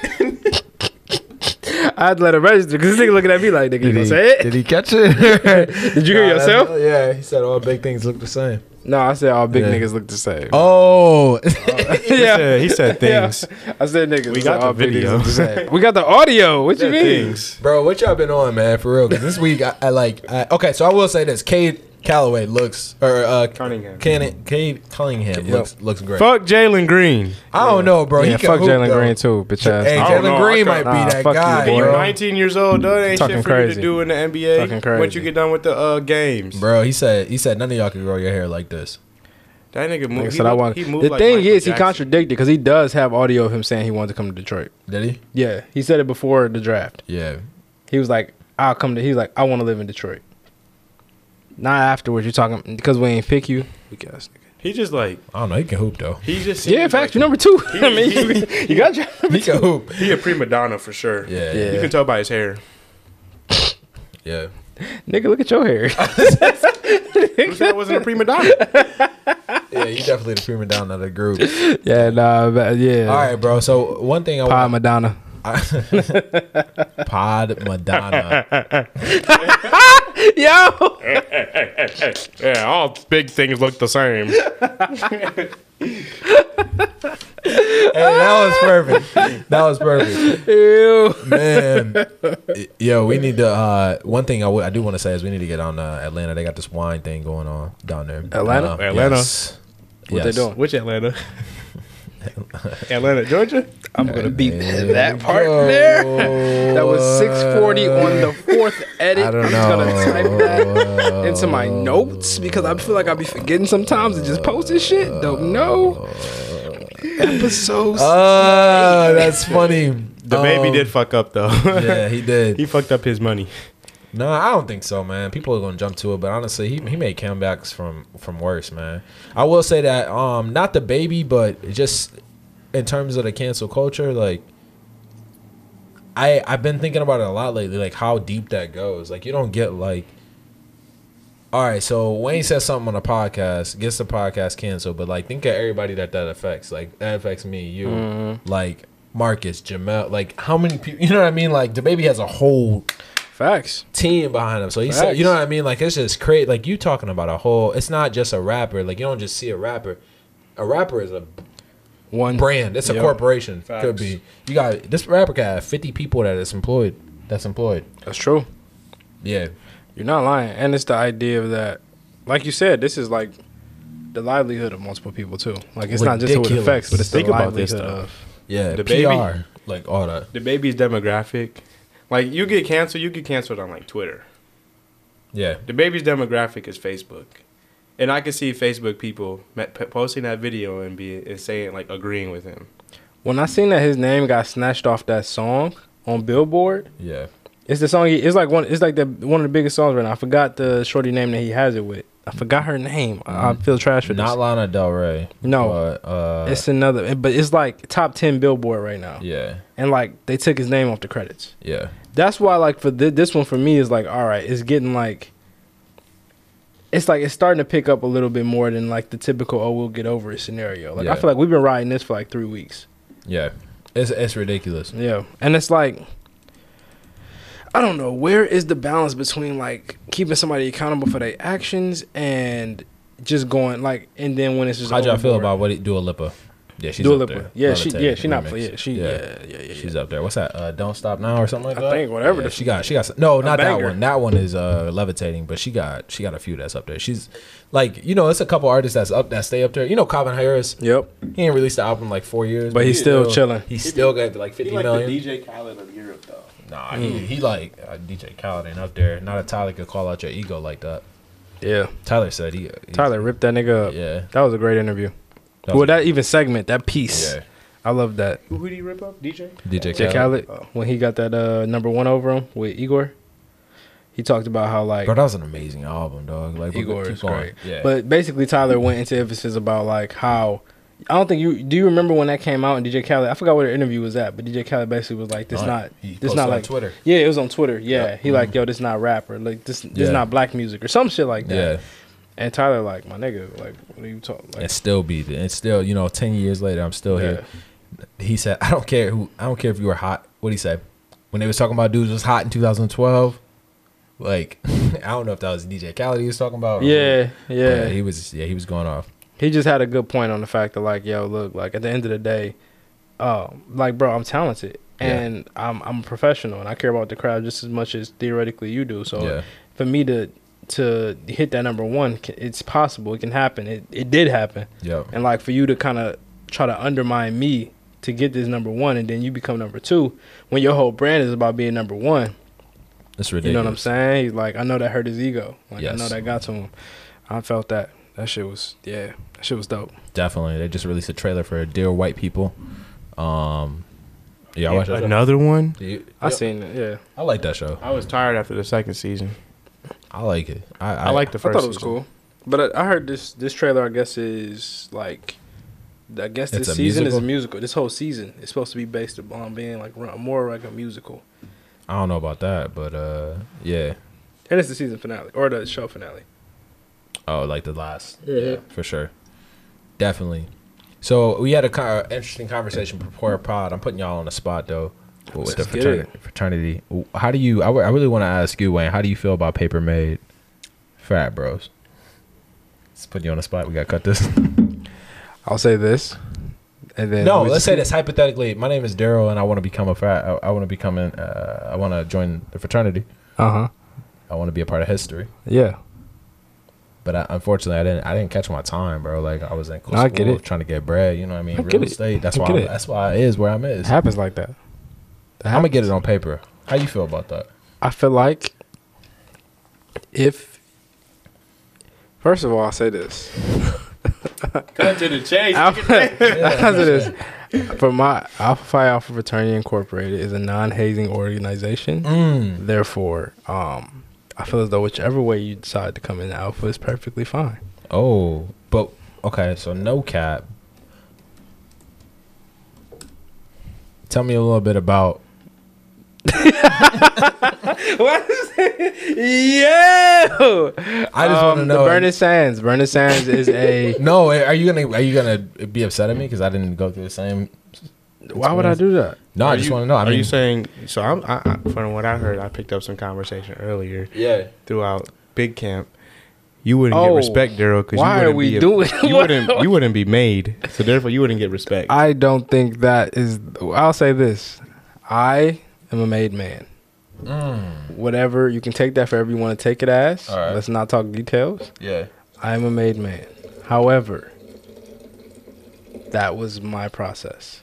S3: I'd let him register because this nigga looking at me like, nigga, you gonna say it?
S1: he catch it?
S3: Did you hear
S1: Nah, that's-
S3: yourself?
S1: Yeah, he said all big things look the same.
S3: No, I said all big
S1: Yeah.
S3: niggas look the same.
S1: Oh,
S2: He said, he said things.
S3: I said niggas.
S2: We
S3: I said
S2: got the
S3: all big niggas look the
S2: video.
S3: same. We got the audio. What you
S2: Said
S3: mean?
S2: things.
S1: bro, what y'all been on, man? For real, 'Cause this week I, I like. I, okay, so I will say this: Cade Callaway looks, or uh,
S2: Cunningham.
S1: Can, Cade Cunningham looks looks great.
S2: Fuck Jalen Green.
S1: I don't know, bro.
S3: yeah,
S1: Oh, he can
S3: fuck
S1: hoop,
S3: Jalen
S1: though.
S3: Green too, bitch ass.
S1: Hey,
S2: I don't know.
S1: Jalen Green
S2: I
S1: might
S3: can't-
S1: be
S3: nah,
S1: that
S3: fuck you,
S1: guy,
S3: boy.
S2: You're
S1: bro.
S2: 19 years old, though. That ain't
S3: Talking
S2: shit for you to
S3: crazy.
S2: do in the NBA.
S3: Talking crazy.
S2: Once you get done with the uh, games,
S1: Bro, he said he said none of y'all can grow your hair like this.
S2: that nigga moved.
S3: Nigga
S2: he
S3: said I
S2: looked-
S3: want.
S2: he
S3: The
S2: moved like
S3: thing
S2: Michael
S3: is, he
S2: Jackson.
S3: contradicted because he does have audio of him saying he wanted to come to Detroit.
S1: Did he?
S3: Yeah, he said it before the draft.
S1: Yeah.
S3: He was like, I'll come to. He was like, I want to live in Detroit. Not afterwards. You're talking because we ain't pick you. Weak ass nigga.
S2: He just like
S1: I don't know. He can hoop though.
S2: he just
S3: Yeah, in
S2: seems
S3: fact,
S2: like-
S3: you're number two.
S2: He-
S3: I mean, you, you got your.
S1: He can hoop.
S2: he a prima donna for sure.
S1: Yeah.
S3: Yeah.
S1: Yeah.
S2: You can tell by his hair.
S3: Nigga, look at your hair.
S2: Wish that wasn't a prima donna.
S1: Yeah. you definitely the prima donna of the group.
S3: Yeah, nah, but yeah.
S1: All right, bro. So one thing I
S3: Pie
S1: want
S3: Madonna.
S1: Pod Madonna.
S3: Yo,
S2: Yeah, all big things look the same.
S1: Hey, that was perfect. That was perfect.
S3: ew.
S1: Man. Yo, we need to uh one thing I would- I do want to say is we need to get on uh, Atlanta. They got this wine thing going on down there.
S3: Atlanta?
S1: Uh,
S2: Atlanta.
S1: yes.
S3: What they
S1: Yes.
S3: doing?
S2: Which Atlanta? Atlanta, Georgia.
S7: I'm gonna beat that part there.
S3: That was 640 on the fourth edit.
S1: I don't know.
S3: I'm just gonna type that into my notes because I feel like I be forgetting sometimes and just post this shit. Don't know.
S7: Episodes.
S3: Uh,
S1: Oh, that's funny. Um,
S2: The baby did fuck up though.
S1: Oh. Yeah, he did.
S2: he fucked up his money.
S1: No, I don't think so, man. People are gonna jump to it, but honestly, he, he made comebacks from from worse, man. I will say that, um, not the baby, but just in terms of the cancel culture, like I I've been thinking about it a lot lately, like how deep that goes. Like you don't get like, all right, so Wayne says something on a podcast, gets the podcast canceled, but like think of everybody that that affects. Like that affects me, you, like Marcus, Jamel, like how many people? You know what I mean? Like the baby has a whole
S3: Facts.
S1: team behind him. So he said,
S3: Facts.
S1: you know what I mean? Like it's just crazy. Like you talking about a whole. It's not just a rapper. Like you don't just see a rapper. A rapper is a
S3: One
S1: brand. It's a
S3: Yep.
S1: corporation. Could
S2: Facts.
S1: be. You got this rapper guy. have Fifty people that is employed. That's employed.
S3: That's true.
S1: Yeah.
S3: You're not lying, and it's the idea of that. Like you said, this is like the livelihood of multiple people too. Like it's not just who it
S1: Ridiculous.
S3: affects, but it's
S2: Think
S3: the
S2: about this,
S3: livelihood
S2: though.
S3: of.
S1: Yeah.
S2: The
S1: The
S2: baby-
S1: PR. Like all that.
S2: The baby's demographic, like you get canceled, you get canceled on like Twitter.
S1: Yeah.
S2: The baby's demographic is Facebook, and I can see Facebook people ma- p- posting that video and be and saying like agreeing with him.
S3: When I seen that his name got snatched off that song on Billboard,
S1: Yeah.
S3: it's the song. He, it's like one. It's like the one of the biggest songs right now. I forgot the shorty name that he has it with. I forgot her name. I I feel trash for
S1: Not Lana Del Rey.
S3: No.
S1: But, uh,
S3: this. It's another, but it's like top ten Billboard right now,
S1: yeah.
S3: and like they took his name off the credits.
S1: Yeah.
S3: that's why like for th- this one for me is like all right it's getting like it's like it's starting to pick up a little bit more than like the typical oh we'll get over it scenario like i
S1: Yeah.
S3: feel like we've been riding this for like three weeks
S1: Yeah. It's it's ridiculous.
S3: yeah and it's like i don't know where is the balance between like keeping somebody accountable for their actions and just going like and then when it's just
S1: How would y'all feel
S3: overboard.
S1: about what it, Dua Lipa? Yeah, she's
S3: Dua
S1: up
S3: Lipa.
S1: there.
S3: Yeah, she-
S1: Levitating
S3: yeah, she not-
S1: remix.
S3: yeah, she- yeah, yeah, yeah,
S1: She's up there. What's that? Uh, Don't stop now or something like
S3: I
S1: that.
S3: think whatever
S1: Yeah,
S3: the-
S1: she got. She got. some- No, not that
S3: banger.
S1: one. That one is uh, levitating, but she got. She got a few that's up there. She's like, you know, it's a couple artists that's up that stay up there. You know, Calvin Harris.
S3: yep
S1: He ain't released the album in like four years,
S3: But he's still chilling.
S1: He still got like fifty million.
S2: DJ Khaled of Europe though.
S1: Nah,
S3: Mm.
S1: he, he like uh, DJ Khaled ain't up there. Not a Tyler could call out your ego like that.
S3: yeah
S1: Tyler said he. he-
S3: tyler ripped that nigga up
S1: Yeah.
S3: that was a great interview
S1: That
S3: well
S1: was-
S3: that even segment that piece
S1: Yeah.
S3: i love that
S2: Who who did he rip up? DJ.
S1: DJ
S3: Jay
S1: Khaled.
S3: Khaled when he got that uh, number one over him with Igor. He talked about how like
S1: Bro, that was an amazing album, dog. Like but
S3: Igor
S1: keep
S3: is
S1: going.
S3: great,
S1: Yeah.
S3: but basically Tyler went into emphasis about like how I don't think you do you remember when that came out and DJ Khaled I forgot where the interview was at but DJ Khaled basically was like this
S1: Oh,
S3: not
S1: he
S3: this
S1: posted
S3: not
S1: on
S3: like
S1: Twitter. Mm-hmm.
S3: yeah it was on Twitter yeah he like yo this not rapper like this this
S1: Yeah.
S3: not black music or some shit like that
S1: yeah.
S3: and Tyler like my nigga like what are you talking like
S1: and still be there. And still, you know, ten years later, I'm still here. He said, "I don't care who. I don't care if you were hot." What he say? When they was talking about dudes was hot in 2012, like I don't know if that was DJ Khaled he was talking about. or-
S3: yeah
S1: but
S3: yeah
S1: he was. Yeah, he was going off.
S3: he just had a good point on the fact that like yo look like at the end of the day um like bro i'm talented and i'm i'm a professional and i care about the crowd just as much as theoretically you do so
S1: Yeah.
S3: for me to to hit that number one c- it's possible it can happen it, it did happen
S1: Yep.
S3: and like for you to kind of try to undermine me to get this number one and then you become number two when your whole brand is about being number one
S1: That's
S3: you
S1: ridiculous.
S3: know what i'm saying he's like i know that hurt his ego like i
S1: Yes.
S3: know that got to him i felt that that shit was yeah that shit was dope
S1: Definitely. They just released a trailer for "Dear White People." Um. Yeah, I watched that.
S2: Another one.
S1: show. You-
S3: I seen it. Yeah,
S1: I like that show.
S2: I was tired after the second season.
S1: I like it. I, I,
S2: I, like the
S3: I
S2: first.
S3: thought it was
S2: season.
S3: cool. But I, I heard this this trailer. I guess is like, I guess
S1: It's
S3: this
S1: a
S3: season is a musical. This whole season is supposed to be based upon being like ru- more like a musical.
S1: I don't know about that, but uh, yeah.
S3: And it's the season finale or the show finale.
S1: Oh, like the last.
S3: Yeah.
S1: for sure. Definitely. So we had a co- uh, interesting conversation before pod. I'm putting y'all on the spot though. With the
S3: Let's get
S1: fraternity, fraternity, how do you? I wa- I really want to ask you, Wayne. How do you feel about Paper Made, Frat Bros? Let's put you on the spot. We got to cut this.
S3: I'll say this, and then
S1: no,
S3: we
S1: let's
S3: just-
S1: say this hypothetically. My name is Daryl, and I want to become a frat. I, I want to become an. Uh, I want to join the fraternity.
S3: Uh huh.
S1: I want to be a part of history.
S3: Yeah.
S1: But I, unfortunately, I didn't. I didn't catch my time, bro. Like I was in school
S3: No, I get it.
S1: trying to get bread. You know what I mean?
S3: I
S1: Real
S3: get it.
S1: estate. That's
S3: I
S1: why.
S3: get
S1: I'm,
S3: it.
S1: that's why I is where I'm is.
S3: It happens like that.
S1: I'm gonna get it on paper. How you feel about that?
S3: I feel like if first of all, I'll say this.
S2: Cut to the chase.
S3: Alpha, I'll say this. For my Alpha Phi Alpha Fraternity Incorporated is a non-hazing organization.
S1: Mm.
S3: Therefore, um, I feel as though whichever way you decide to come in Alpha is perfectly fine.
S1: Oh, but okay. So no cap. Tell me a little bit about.
S3: Yeah.
S1: I just
S2: Um,
S1: want to know.
S3: Um, The Bernard Sands. Bernard Sands is a.
S1: no, are you gonna are you gonna be upset at me because I didn't go through the same?
S3: Why would I do that?
S1: No, I just want to know. I
S2: are
S1: mean,
S2: you saying so? I'm I, I, from what I heard, I picked up some conversation earlier
S1: yeah.
S2: throughout big camp. You wouldn't
S3: Oh,
S2: get respect, Daryl, because you
S3: why are
S2: wouldn't
S3: we
S2: be a-
S3: doing-
S2: you wouldn't you wouldn't be made, so therefore you wouldn't get respect.
S3: I don't think that is. I'll say this: I am a made man. Whatever you can take that for whatever you want to take it as.
S1: Mm. All right.
S3: Let's not talk details.
S1: Yeah.
S3: I am a made man. However, that was my process.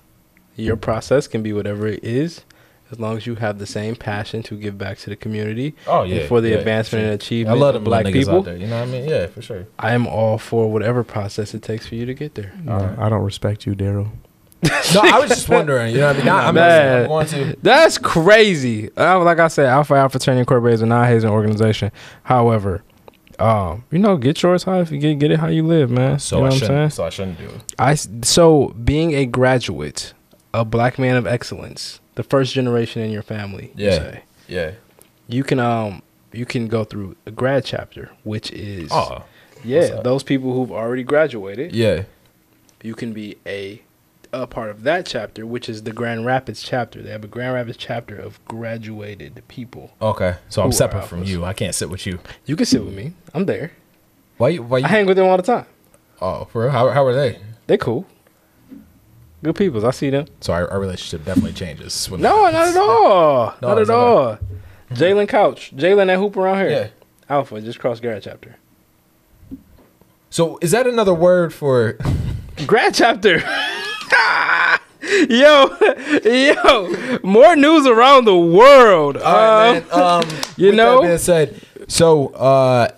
S3: Your process can be whatever it is, as long as you have the same passion to give back to the community
S1: Oh yeah.
S3: and for the
S1: yeah,
S3: advancement
S1: sure.
S3: and
S1: I
S3: achievement
S1: love
S3: of
S1: them
S3: black
S1: black
S3: people.
S1: Out there, you know what I mean? Yeah, for sure.
S3: I am all for whatever process it takes for you to get there.
S2: Uh, I don't respect you, Daryl.
S1: No, I was just wondering. You know what I mean? Now, I'm,
S3: Man.
S1: I'm going to.
S3: That's crazy. Uh, like I said, Alpha Alpha Fraternity Incorporated is a non-hazing organization. However, um, you know, get yours how if you get get it how you live, man.
S1: So
S3: you know
S1: I
S3: what I'm saying?
S1: shouldn't. So I shouldn't do it.
S3: I s- so being a graduate, a black man of excellence, the first generation in your family. you
S1: Yeah.
S3: say,
S1: Yeah.
S3: you can um you can go through a grad chapter, which is
S1: Oh. what's
S3: yeah
S1: that?
S3: those people who've already graduated.
S1: Yeah.
S3: you can be a a part of that chapter, which is the Grand Rapids chapter. They have a Grand Rapids chapter of graduated people.
S1: Okay. So I'm
S3: Who are
S1: separate from
S3: alphas?
S1: you. I can't sit with you.
S3: You can sit with me. I'm there.
S1: Why? You, why? You,
S3: I hang with them all the time.
S1: oh, for real? How, how are they?
S3: They cool. Good peoples. I see them.
S1: So our, our relationship definitely changes. when-
S3: No, not at all.
S1: No,
S3: not at
S1: it's okay.
S3: all. Jalen Couch. Jalen that hoop around here.
S1: Yeah.
S3: Alpha just crossed grad chapter.
S1: So is that another word for?
S3: Grad chapter. yo, yo. More news around the world.
S1: All
S3: Uh,
S1: right, man. Um,
S3: you
S1: with
S3: know?
S1: That being said, so uh,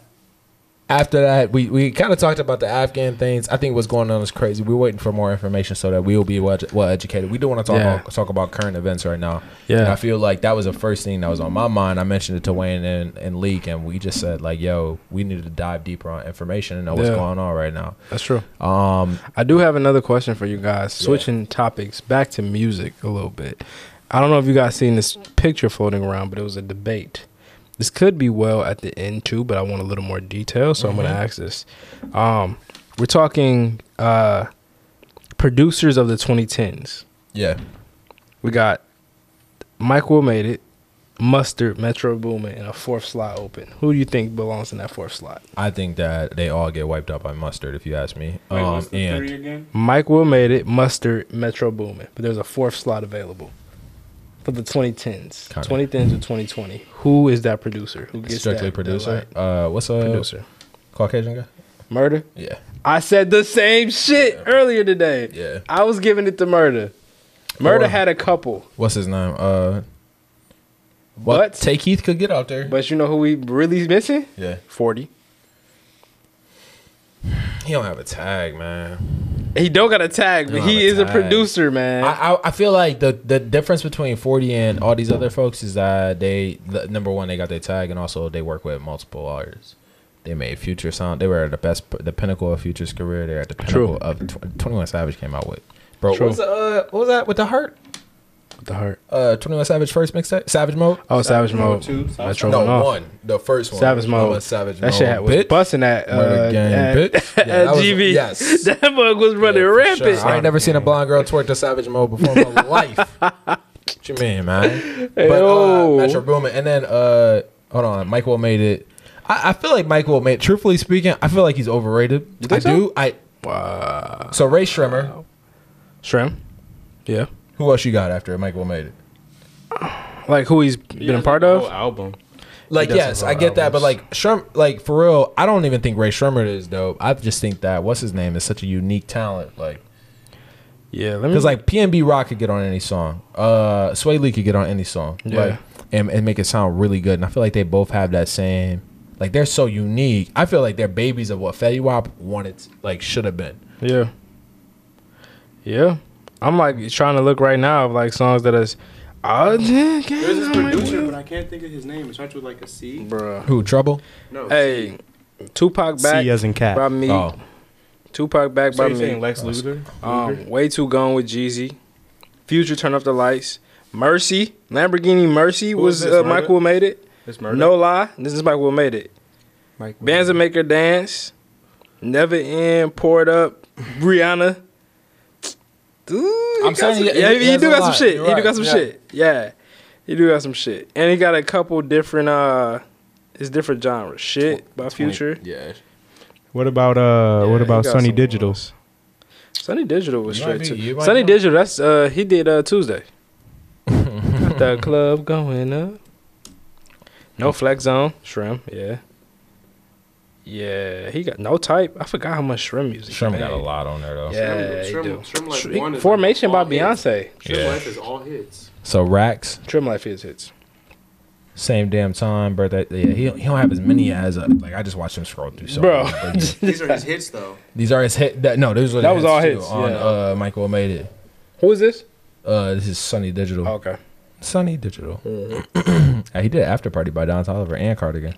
S1: after that, we, we kind of talked about the Afghan things. I think what's going on is crazy. We're waiting for more information so that we will be well, well educated. We do want to talk
S3: Yeah.
S1: about, talk about current events right now.
S3: Yeah.
S1: And I feel like that was the first thing that was on my mind. I mentioned it to Wayne and, and Leak, and we just said like, "Yo, we need to dive deeper on information and know what's
S3: Yeah.
S1: going on right now."
S3: That's true.
S1: Um,
S3: I do have another question for you guys. Switching topics back to music a little bit. I don't know if you guys seen this picture floating around, but it was a debate. This could be well at the end too, but I want a little more detail, so I'm going to ask this. Um, we're talking uh, producers of the 2010s.
S1: yeah,
S3: We got Mike Will made it, Mustard, Metro Boomin, and a fourth slot open. Who do you think belongs in that fourth slot?
S1: I think that they all get wiped out by mustard, if you ask me. um, and
S2: again?
S3: Mike Will made it, Mustard, Metro Boomin, but there's a fourth slot available for the 2010s.
S1: Kinda.
S3: 2010s or 2020. Who is that producer? Who gets
S1: strictly
S3: that-
S1: producer.
S3: that
S1: Uh, what's a
S3: light? producer.
S1: Caucasian guy?
S3: Murder.
S1: Yeah.
S3: I said the same shit earlier today.
S1: Yeah.
S3: I was giving it to Murder. Murder
S1: Or-
S3: had a couple,
S1: What's his name? Uh,
S3: But-
S1: what? Tay Keith could get out there.
S3: but you know who we really missing?
S1: yeah.
S3: 40.
S1: He don't have a tag, man.
S3: He don't got a tag, but
S1: don't have
S3: he
S1: a
S3: is a
S1: tag.
S3: producer, man.
S1: I, I I feel like the the difference between Forty and all these other folks is that they the- number one they got their tag and also they work with multiple artists. They made Future sound. They were at the best, the pinnacle of Future's career. They're at the pinnacle
S3: True.
S1: of tw- Twenty One Savage came out with. Bro,
S3: True.
S1: what was, uh, what was that with the heart?
S3: the heart.
S1: Uh, Twenty One Savage first mixtape, Savage Mode.
S3: Oh, Savage Mode.
S2: two, Savage
S3: Metro
S1: no,
S3: went off.
S1: one, the first one.
S3: Savage
S1: That was
S3: Mode.
S1: Savage
S3: That
S1: Mode.
S3: shit was
S1: Bitch.
S3: busting at,
S1: Murder
S3: uh,
S1: gang,
S3: at,
S1: bitch. Yeah,
S3: at
S1: that was-
S3: GB.
S1: yes.
S3: that bug was running
S1: Yeah, for sure.
S3: rampant.
S1: I ain't never seen a blonde girl twerk to Savage Mode before in my life. What you mean, man? But uh,
S3: Yo.
S1: Metro Boomin, and then uh, hold on, Michael made it. I, I feel like Michael made. Truthfully speaking, I feel like he's overrated. I
S3: so?
S1: do. I. So Ray Shrimmer,
S3: Shrimp. Yeah.
S1: who else you got after Michael made it?
S3: Like who he's been a part
S2: Whole
S3: of.
S2: album.
S1: Like He does yes, have I get that, but albums. like Shrem, like for real, I don't even think Ray Shremmer is dope. I just think that what's his name is such a unique talent. Like
S3: Yeah. Let me.
S1: because like PNB Rock could get on any song, uh, Sway Lee could get on any song,
S3: Yeah.
S1: like and, and make it sound really good. And I feel like they both have that same, like they're so unique. I feel like they're babies of what Fetty Wap wanted, like should have been.
S3: Yeah. Yeah. I'm like trying to look right now of like songs that is. Oh, yeah,
S2: There's this
S3: yeah, I'm like,
S2: producer, but I can't think of his name. It starts with like a C.
S3: Bruh.
S1: Who Trouble?
S2: No.
S3: Hey, Tupac back
S2: C as in cat.
S3: by me.
S1: Oh,
S3: Tupac back
S2: So
S3: by
S2: you saying
S3: me.
S2: Lex Luthor?
S3: Um, way too gone with Jeezy. Future turn off the lights. Mercy Lamborghini Mercy
S2: Who is
S3: was
S2: this,
S3: uh,
S2: Murda?
S3: Michael made it.
S2: It's murder.
S3: No lie, this is Michael made it.
S2: Mike
S3: Bands that make her dance. Never end. Poured up. Rihanna. Dude, he
S1: I'm
S3: got
S1: saying
S3: some-
S1: he-
S3: yeah,
S1: he-
S3: he,
S1: he has
S3: do
S1: a
S3: got some
S1: lot.
S3: shit.
S1: You're
S3: He do
S1: right.
S3: got some
S1: Yeah.
S3: shit. Yeah, he do got some shit, and he got a couple different uh, his different genres. Shit by Future.
S1: Yeah,
S2: What about uh?
S3: Yeah,
S2: what
S3: he
S2: about
S3: got
S2: Sunny
S3: some
S2: Digitals?
S3: Sunny Digital was
S1: You
S3: straight
S1: might be- you
S3: too.
S1: might
S3: Sunny
S1: know.
S3: Digital, that's uh, he did uh Tuesday. Got the club going up.
S1: Mm.
S3: No flex zone, shrimp. Yeah, yeah. He got no type. I forgot how much shrimp music. he
S1: Shrem got
S3: made.
S1: a lot on there though.
S3: Yeah,
S2: Shrimp-
S3: he do.
S2: Shrimp Life
S3: Shri-
S2: One is
S3: Formation by
S2: like all hits.
S3: Beyonce.
S2: Shrimp
S1: Yeah.
S2: Life is all hits.
S1: So Rax,
S3: Trim Life is hits.
S1: same damn time, birthday. Yeah, he don't- he don't have as many as uh like I just watched him scroll through. So
S3: Bro.
S1: many, but yeah.
S2: These are his hits though.
S1: these are his hit. That, no, those were the
S3: That was all
S1: too
S3: hits,
S1: on
S3: yeah.
S1: uh, Michael made it.
S3: Who is this?
S1: Uh, this is Sunny Digital.
S3: okay.
S1: Sunny Digital. Uh, he did After Party by Don Tolliver and Cardigan.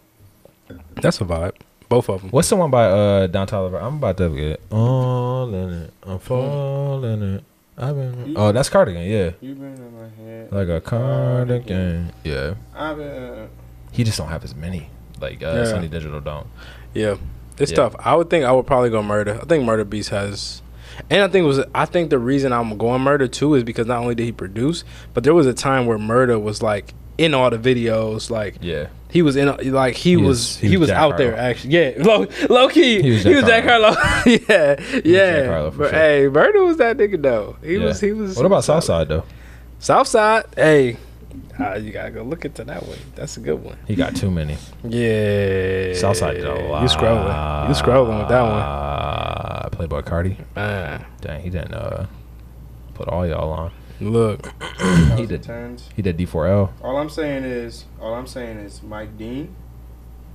S3: That's a vibe. Both of them.
S1: What's the one by uh, Don Tolliver? I'm about to get all in it. I'm falling in it. I've been. Oh, that's Cardigan. Yeah,
S2: You been in my head.
S1: like a cardigan. Yeah.
S2: I've been.
S1: He just don't have as many. Like uh,
S3: Yeah.
S1: Sunny Digital don't.
S3: Yeah, it's
S1: Yeah.
S3: tough. I would think I would probably go Murder. I think Murder Beast has, and I think it was I think the reason I'm going Murder too is because not only did he produce, but there was a time where Murder was like in all the videos, like
S1: Yeah.
S3: he was in like he,
S1: was-
S3: was,
S1: he
S3: he,
S1: was
S3: was,
S1: Jack
S3: out there
S1: Harlow.
S3: actually. Yeah, low low
S1: He
S3: key. He
S1: was
S3: was
S1: Jack
S3: Jack, Harlow. yeah, yeah.
S1: Jack Harlow for
S3: but
S1: sure.
S3: hey, Murder was that nigga though. He
S1: yeah.
S3: was he was.
S1: What about Southside though?
S3: Southside? Hey. ah, you gotta go look into that one. That's a good one.
S1: He got too many.
S3: Yeah.
S1: Southside did a lot.
S3: You scrolling. You scrolling with that one.
S1: Uh, Playboy Cardi.
S3: Man,
S1: Dang, he didn't uh, put all y'all on.
S3: look.
S1: He did.
S2: Turns.
S1: He did D4L.
S2: All I'm saying is, all I'm saying is, Mike Dean,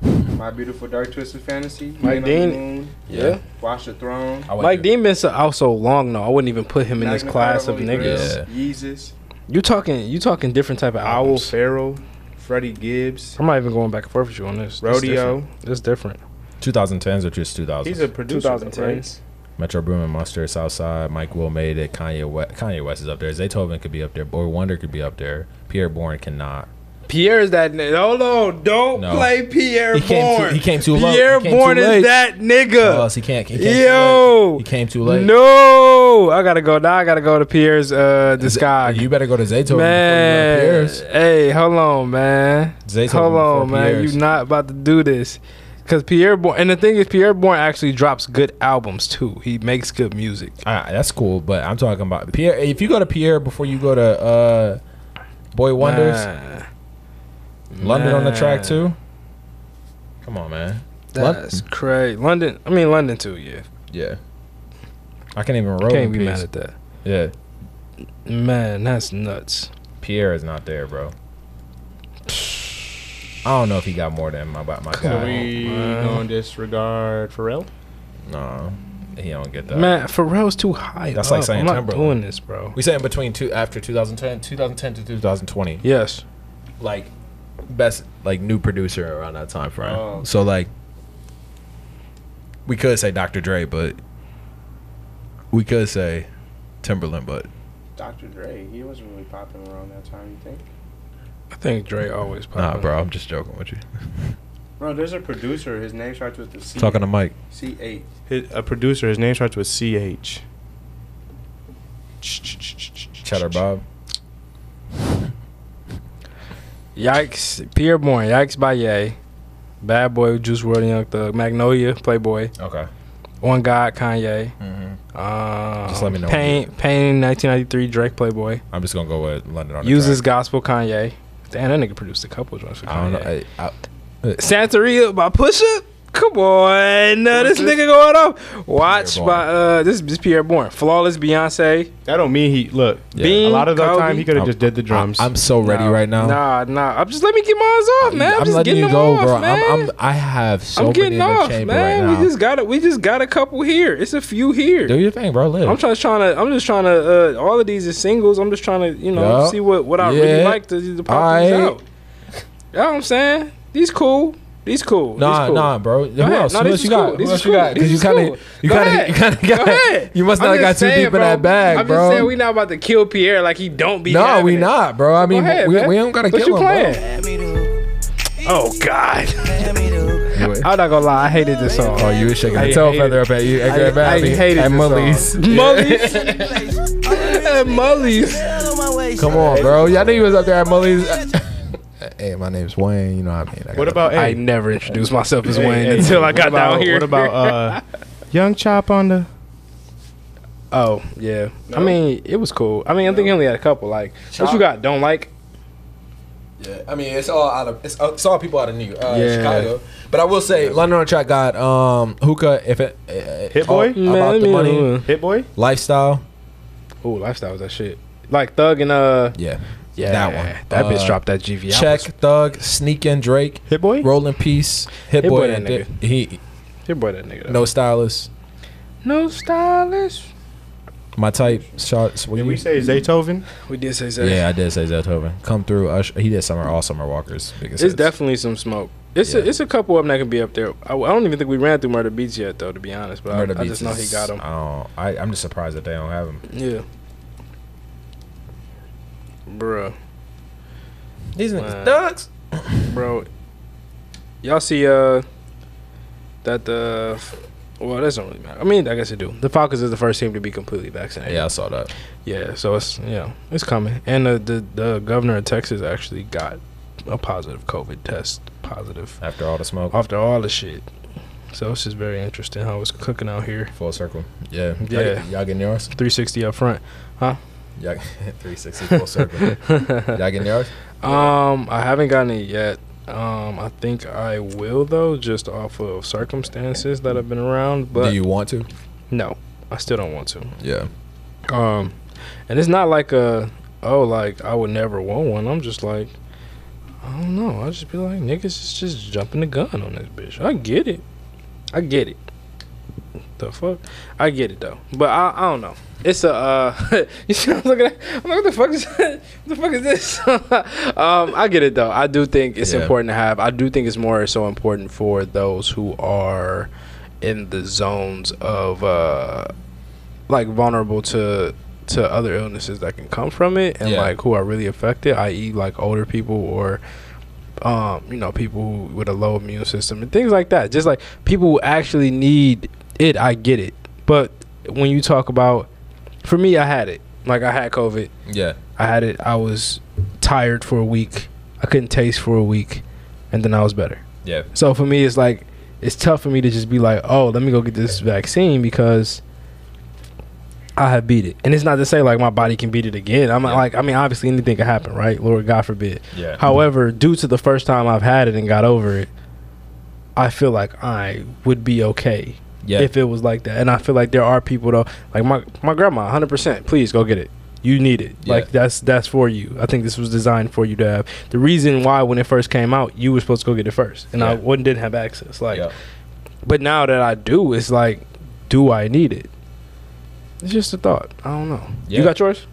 S2: my beautiful dark twisted fantasy. Man on the
S3: Dean.
S2: Moon,
S3: Yeah.
S2: Watch the Throne.
S1: I went
S3: Mike
S1: through-
S3: Dean been so, out so long though. I wouldn't even put him in this
S2: Magnified
S3: class of
S2: Holy Grail,
S3: niggas.
S1: Yeah.
S2: Yeezus,
S3: You talking you talking different type of
S2: Owl
S3: albums.
S2: Pharaoh, Freddie Gibbs.
S3: I'm not even going back and forth with you on this. That's
S2: Rodeo.
S3: different. That's different.
S1: 2010s or just 2000s?
S2: He's a producer,
S3: 2010s.
S2: right?
S1: Metro Boomin, Monster, Southside, Mike Will made it. Kanye West, Kanye West is up there. Zaytoven could be up there. Boy Wonder could be up there. Pierre Bourne cannot.
S3: Pierre is that nigga. Hold on. Don't
S1: No.
S3: play Pierre
S1: He came too-
S3: Bourne.
S1: he came too low.
S3: Pierre
S1: He came too
S3: Bourne
S1: late.
S3: is that nigga.
S1: Plus, Oh, he can't. He came Too
S3: Uh, Yo.
S1: late. He came too late.
S3: No, I gotta go now. I gotta go to Pierre's uh
S1: Z-
S3: discog.
S1: You better go to Zaytoven before you
S3: man,
S1: go to Pierre's.
S3: hey, hold on, man.
S1: Zaytoven
S3: hold on,
S1: before
S3: man.
S1: Pierre's.
S3: You not about to do this, because Pierre Bourne. And the thing is, Pierre Bourne actually drops good albums too. He makes good music.
S1: Alright, that's cool, but I'm talking about Pierre. If you go to Pierre before you go to uh, Boy Wonders,
S3: Nah,
S1: London on the track
S3: nah.
S1: too. Come on, man. Lon- hmm.
S3: That's crazy. London. I mean, London too. Yeah,
S1: Yeah. I can't even roll.
S3: can't
S1: in
S3: be
S1: peace.
S3: mad at that.
S1: Yeah.
S3: Man, that's nuts.
S1: Pierre is not there, bro. I don't know if he got more than my my
S2: So
S1: guy.
S2: we gonna disregard Pharrell?
S1: No, he don't get that.
S3: Man, Pharrell's too high.
S1: That's like
S3: up.
S1: saying
S3: I'm not
S1: Timberland.
S3: doing this, bro.
S1: We said in between two after 2010, 2010 to 2020,
S3: Yes.
S1: like best like new producer around that time frame.
S2: Oh.
S1: So like, we could say Dr. Dre, but we could say Timberland, but
S2: Dr. Dre, he wasn't really popping around that time, you think?
S3: I think Dre always
S1: Nah, bro, I'm just joking with you.
S2: Bro, there's a producer. His name starts with the C.
S1: Talking to Mike.
S2: C H. His, a producer. His name starts with C H.
S1: Cheddar Bob.
S3: Yikes, Pierre Bourne, Yikes by Ye, Bad Boy, Juice WRLD, and Young Thug, Magnolia, Playboy,
S1: Okay.
S3: One God, Kanye,
S1: Mm-hmm.
S3: um,
S1: Just let me know when
S3: Pain, Pain, 1993, Drake, Playboy,
S1: I'm just gonna go with London on the
S3: Uses
S1: track.
S3: Gospel, Kanye. Damn, that nigga produced a couple joints for Kanye.
S1: I don't know. I, I,
S3: Santeria by Pusha. Come on, uh, this nigga going off. Watch
S1: Pierre
S3: by uh, this this Pierre Bourne, flawless Beyonce.
S2: That don't mean he look.
S1: Yeah.
S2: A
S3: Bean,
S2: lot of that
S3: Kobe.
S2: time he could have
S1: I'm-
S2: just did the drums.
S1: I, am so ready
S3: Nah,
S1: right now.
S3: Nah, nah. I'm just let me get mine off, man. I'm,
S1: I'm
S3: just
S1: letting
S3: getting
S1: you
S3: them
S1: go,
S3: off,
S1: bro.
S3: man.
S1: I'm, I'm I have so
S3: I'm
S1: many in
S3: getting
S1: the
S3: off,
S1: chamber
S3: man.
S1: right now.
S3: we just got a, we just got a couple here. It's a few here.
S1: Do your thing, bro. Live.
S3: I'm just trying to. I'm just trying to. Uh, all of these is singles. I'm just trying to, you know,
S1: Yeah.
S3: see what what I really
S1: Yeah.
S3: like to, to pop these
S1: Aight.
S3: out. You know what I'm saying? These cool. These cool.
S1: Nah,
S3: These cool.
S1: nah, bro. Who
S3: ahead.
S1: else?
S3: No,
S1: Who
S3: this
S1: else
S3: is
S1: you got?
S3: cool.
S1: Who
S3: This
S1: else
S3: is
S1: you got?
S3: cool.
S1: Because you
S3: This is
S1: kind
S3: cool.
S1: of, you
S3: Go
S1: kind of,
S3: ahead.
S1: you kind of
S3: Go
S1: got.
S3: ahead.
S1: You must
S3: I'm
S1: not have
S3: just
S1: got too
S3: saying,
S1: deep in that
S3: bro.
S1: bag,
S3: I'm
S1: bro.
S3: just saying we not about to kill Pierre like he don't be.
S1: no,
S3: having
S1: we
S3: it.
S1: not, bro. I mean,
S3: ahead,
S1: we,
S3: man.
S1: we don't gotta
S3: What
S1: kill
S3: you
S1: him, bro.
S3: playing? Oh God,
S1: Anyway.
S3: I'm not gonna lie. I hated this song.
S1: Oh, you was shaking
S3: I
S1: the tail
S3: hate
S1: feather up at you. at
S3: I,
S1: Grand
S3: I
S1: Valley,
S3: hated
S1: at
S3: this
S1: Mully's.
S3: song. Mully's, at Mully's.
S1: Come on, bro. Y'all knew you was up there at Mully's. hey, my name's Wayne. You know what I mean. I
S2: what
S1: got-
S2: about
S3: I
S2: hey,
S3: never introduced myself as
S2: hey,
S3: Wayne
S2: hey,
S3: until I
S2: what
S3: got
S2: about-
S3: down here.
S2: What about uh, Young Chop on the?
S3: Oh yeah. I mean, it was cool. I mean, I think he only had a couple. Like, what you
S1: Chop.
S3: got? Don't like.
S1: Yeah, I mean it's all out of it's, uh, it's all people out of New York, uh,
S3: Yeah.
S1: Chicago. But I will say, London on Track got um hookah. If it uh,
S2: Hit Boy?
S1: about the money
S2: Hit Boy.
S1: lifestyle.
S3: Oh, lifestyle was that shit. Like Thug and uh,
S1: Yeah,
S3: yeah,
S1: that one.
S3: That bitch
S1: Uh,
S3: dropped that GV. I
S1: Check
S3: was-
S1: Thug, Sneak and Drake,
S2: Hit Boy.
S1: Roll in Peace, Hit,
S3: Hit
S1: Boy,
S3: Boy that
S1: and Di- he
S3: your boy that nigga. though.
S1: no stylist.
S3: no stylist.
S1: My type shots. What
S2: Did
S1: you-
S2: we say Zaytoven?
S3: We did say that.
S1: yeah, I did say Zaytoven. Come through. Usher. He did summer all summer walkers.
S3: it's definitely some smoke. It's
S1: Yeah.
S3: a, it's a couple of them that can be up there. I, I don't even think we ran through Murder Beats yet though, to be honest. But I- I, just know he got them.
S1: Oh, I, I'm just surprised that they don't have him.
S3: Yeah. Bruh.
S1: These
S3: Wow.
S1: niggas thugs.
S3: bro. Y'all see uh that the well, that doesn't really matter. I mean, I guess it do. The Falcons is the first team to be completely vaccinated.
S1: Yeah, I saw that.
S3: yeah. So it's you know it's coming, and the the, the governor of Texas actually got a positive COVID test, positive
S1: After all the smoke.
S3: after all the shit. So it's just very interesting how it's cooking out here.
S1: Full circle. Yeah. Y'all,
S3: Yeah.
S1: get- y'all getting yours?
S3: 360 up front.
S1: Y'all, 360 full circle. y'all getting yours?
S3: Um, I haven't gotten it yet. Um, I think I will though, just off of circumstances that have been around. But
S1: Do you want to?
S3: No, I still don't want to.
S1: Yeah.
S3: Um, and it's not like a oh, like I would never want one. I'm just like, I don't know. I just be like, niggas is just jumping the gun on this bitch. I get it. I get it. The fuck, I get it though. But I, I don't know. It's a uh, you see, what I'm looking at. I'm like, what the fuck is what the fuck is this? um, I get it though. I do think it's
S1: Yeah.
S3: important to have. I do think it's more so important for those who are in the zones of uh like vulnerable to to other illnesses that can come from it and
S1: Yeah.
S3: like who are really affected i.e like older people or um you know people who, with a low immune system and things like that just like people who actually need it i get it but when you talk about for me i had it like i had covid
S1: Yeah.
S3: i had it i was tired for a week i couldn't taste for a week and then i was better
S1: Yeah.
S3: so for me, it's like it's tough for me to just be like, oh, let me go get this vaccine because I have beat it, and it's not to say like my body can beat it again. I'm
S1: Yeah.
S3: like, I mean, obviously anything can happen, right? Lord God forbid.
S1: Yeah.
S3: However, due to the first time I've had it and got over it, I feel like I would be okay
S1: Yeah.
S3: if it was like that. And I feel like there are people though, like my my grandma, hundred percent. Please go get it. You need it.
S1: Yeah.
S3: Like that's that's for you. I think this was designed for you to have. The reason why when it first came out, you were supposed to go get it first, and I
S1: Yeah.
S3: wouldn't didn't have access. Like,
S1: yeah.
S3: but now that I do, it's like, do I need it? It's just a thought. I don't know.
S1: Yeah.
S3: You got yours?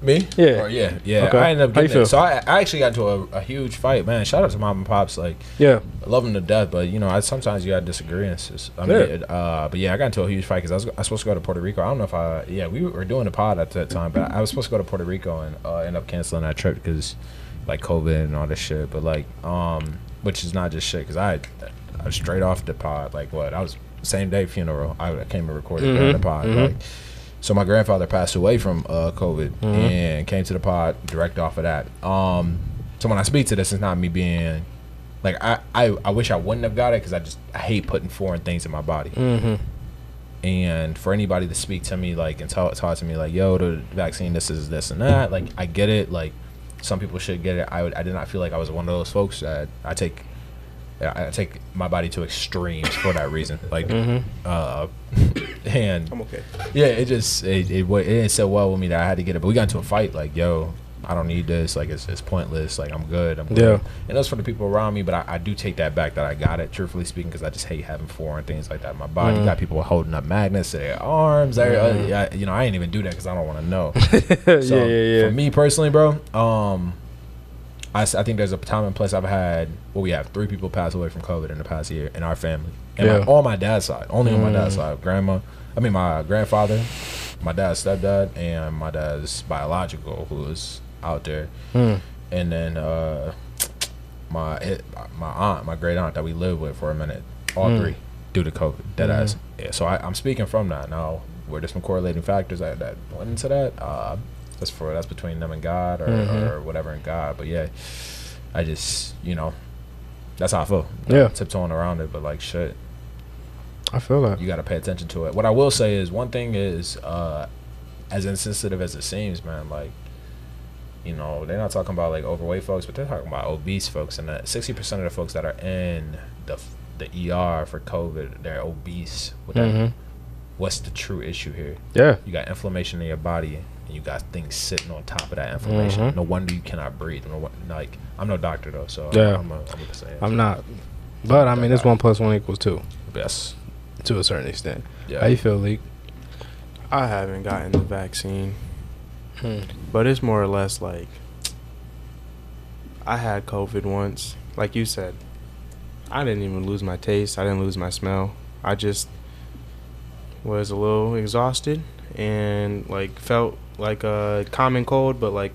S1: Me?
S3: Yeah.
S1: Or, yeah. Yeah.
S3: Okay.
S1: I ended up
S3: How you
S1: getting
S3: feel?
S1: it. So I, I actually got into a, a huge fight, man. Shout out to mom and pops. Like,
S3: Yeah.
S1: I love them to death, but you know, I, sometimes you got disagreements. I mean,
S3: Yeah.
S1: uh, but yeah, I got into a huge fight because I was, I was supposed to go to Puerto Rico. I don't know if I, yeah, we were doing the pod at that time, but I was supposed to go to Puerto Rico and uh, end up canceling that trip because like COVID and all this shit. But like, um, which is not just shit because I, I was straight off the pod. Like what? I was same day funeral. I came and recorded during the pod. Like, so my grandfather passed away from uh, COVID and came to the pod direct off of that. Um, so when I speak to this, it's not me being like I, I, I wish I wouldn't have got it because I just I hate putting foreign things in my body. And for anybody to speak to me like and talk talk to me like yo the vaccine this is this and that like I get it like some people should get it. I would, I did not feel like I was one of those folks that I take I I take my body to extremes for that reason. Like uh, and
S2: I'm okay.
S1: yeah, it just it it, wa- it didn't sit well with me that I had to get it. But we got into a fight. Like, yo, I don't need this. Like, it's it's pointless. Like, I'm good. I'm good.
S3: Yeah.
S1: And that's for the people around me. But I, I do take that back that I got it. Truthfully speaking, because I just hate having foreign things like that in my body. You got people holding up magnets to their arms. Their, uh, yeah, you know, I ain't even do that because I don't want to know. So
S3: yeah, yeah, yeah.
S1: for me personally, bro, um, I, s- I think there's a time and place I've had well, we have three people pass away from COVID in the past year in our family, and
S3: Yeah. Mm.
S1: my, on my dad's side, only on my dad's side, grandma, I mean my grandfather, my dad's stepdad, and my dad's biological who is out there,
S3: Hmm.
S1: and then uh, my it- my aunt, my great aunt that we lived with for a minute, all three due to COVID. That ass. Yeah, so I, I'm speaking from that now. Where there's some correlating factors that, that went into that. Uh, that's for that's between them and God or, or whatever and God. But yeah, I just you know, that's how I feel.
S3: Yeah.
S1: tiptoeing around it, but like shit,
S3: I feel that.
S1: you got to pay attention to it. What I will say is one thing is uh, as insensitive as it seems, man. Like, you know, they're not talking about like overweight folks, but they're talking about obese folks, and that sixty percent of the folks that are in the f- the ER for COVID, they're obese. What that-
S3: Mhm.
S1: What's the true issue here?
S3: Yeah.
S1: You got inflammation in your body, and you got things sitting on top of that inflammation.
S3: Mm-hmm.
S1: No wonder you cannot breathe. No, won- like I'm no doctor though, so
S3: Yeah.
S1: I'm, a, I'm gonna say it.
S3: I'm not. But I mean, it's one plus one equals two
S1: yes.
S3: to a certain extent.
S1: Yeah.
S3: How you feel, Leek?
S2: I haven't gotten the vaccine,
S1: Hmm.
S2: but it's more or less like I had COVID once. Like you said, I didn't even lose my taste. I didn't lose my smell. I just was a little exhausted and like felt like a common cold, but like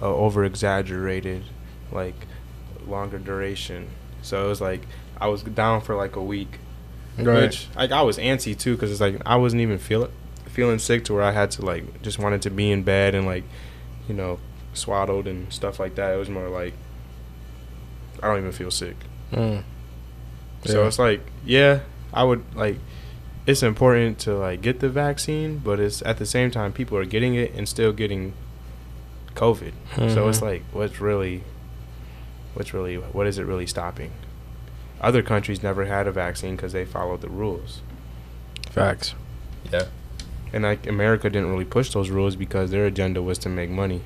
S2: uh, over exaggerated, like longer duration. So it was like I was down for like a week. Which like I was antsy too because it's like I wasn't even feeling feeling sick to where I had to like just wanted to be in bed and like you know swaddled and stuff like that. It was more like I don't even feel sick.
S3: Mm.
S2: So
S3: Yeah.
S2: it's like yeah, I would like it's important to like get the vaccine, but it's at the same time people are getting it and still getting COVID. So it's
S3: Mhm.
S2: like what's really what's really what is it really stopping? Other countries never had a vaccine because they followed the rules.
S3: Facts.
S1: Yeah.
S2: And like America didn't really push those rules because their agenda was to make money,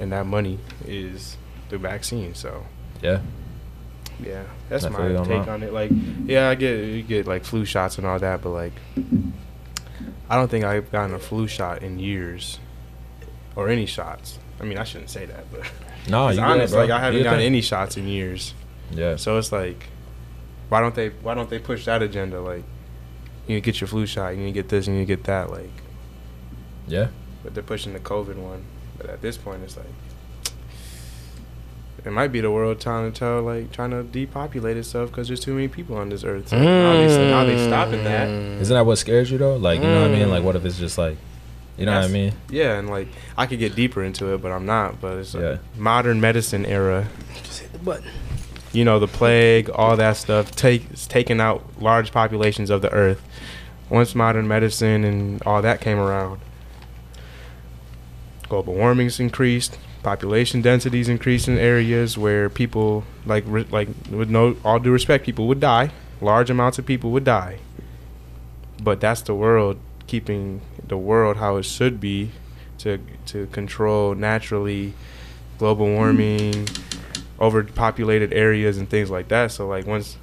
S2: and that money is the vaccine. So
S1: Yeah.
S2: yeah, that's
S1: I
S2: my
S1: feel you on
S2: take
S1: that.
S2: on it. Like yeah, I get you get like flu shots and all that, but like I don't think I've gotten a flu shot in years, or any shots. I mean, I shouldn't say that, but
S1: No,
S2: it's
S1: Oh, you
S2: honest.
S1: good, bro.
S2: like I haven't
S1: You
S2: gotten
S1: good.
S2: any shots in years.
S1: Yeah.
S2: So it's like, why don't they? Why don't they push that agenda? Like, you need to get your flu shot. You need to get this. You need to get that. Like.
S1: Yeah.
S2: but they're pushing the COVID one. But at this point, it's like it might be the world trying to tell, like trying to depopulate itself because there's too many people on this earth. So now, they, now they stopping that.
S1: Isn't that what scares you though? Like, you know what I mean? Like, what if it's just like, you know what I
S2: That's-
S1: mean?
S2: Yeah, and like I could get deeper into it, but I'm not. But it's like
S1: Yeah.
S2: modern medicine era. You know the plague, all that stuff. Take it's taking out large populations of the earth. Once modern medicine and all that came around, global warming's increased, population densities increased in areas where people like re- like with no all due respect, people would die. Large amounts of people would die. But that's the world keeping the world how it should be to to control naturally global warming, overpopulated areas and things like that. So like once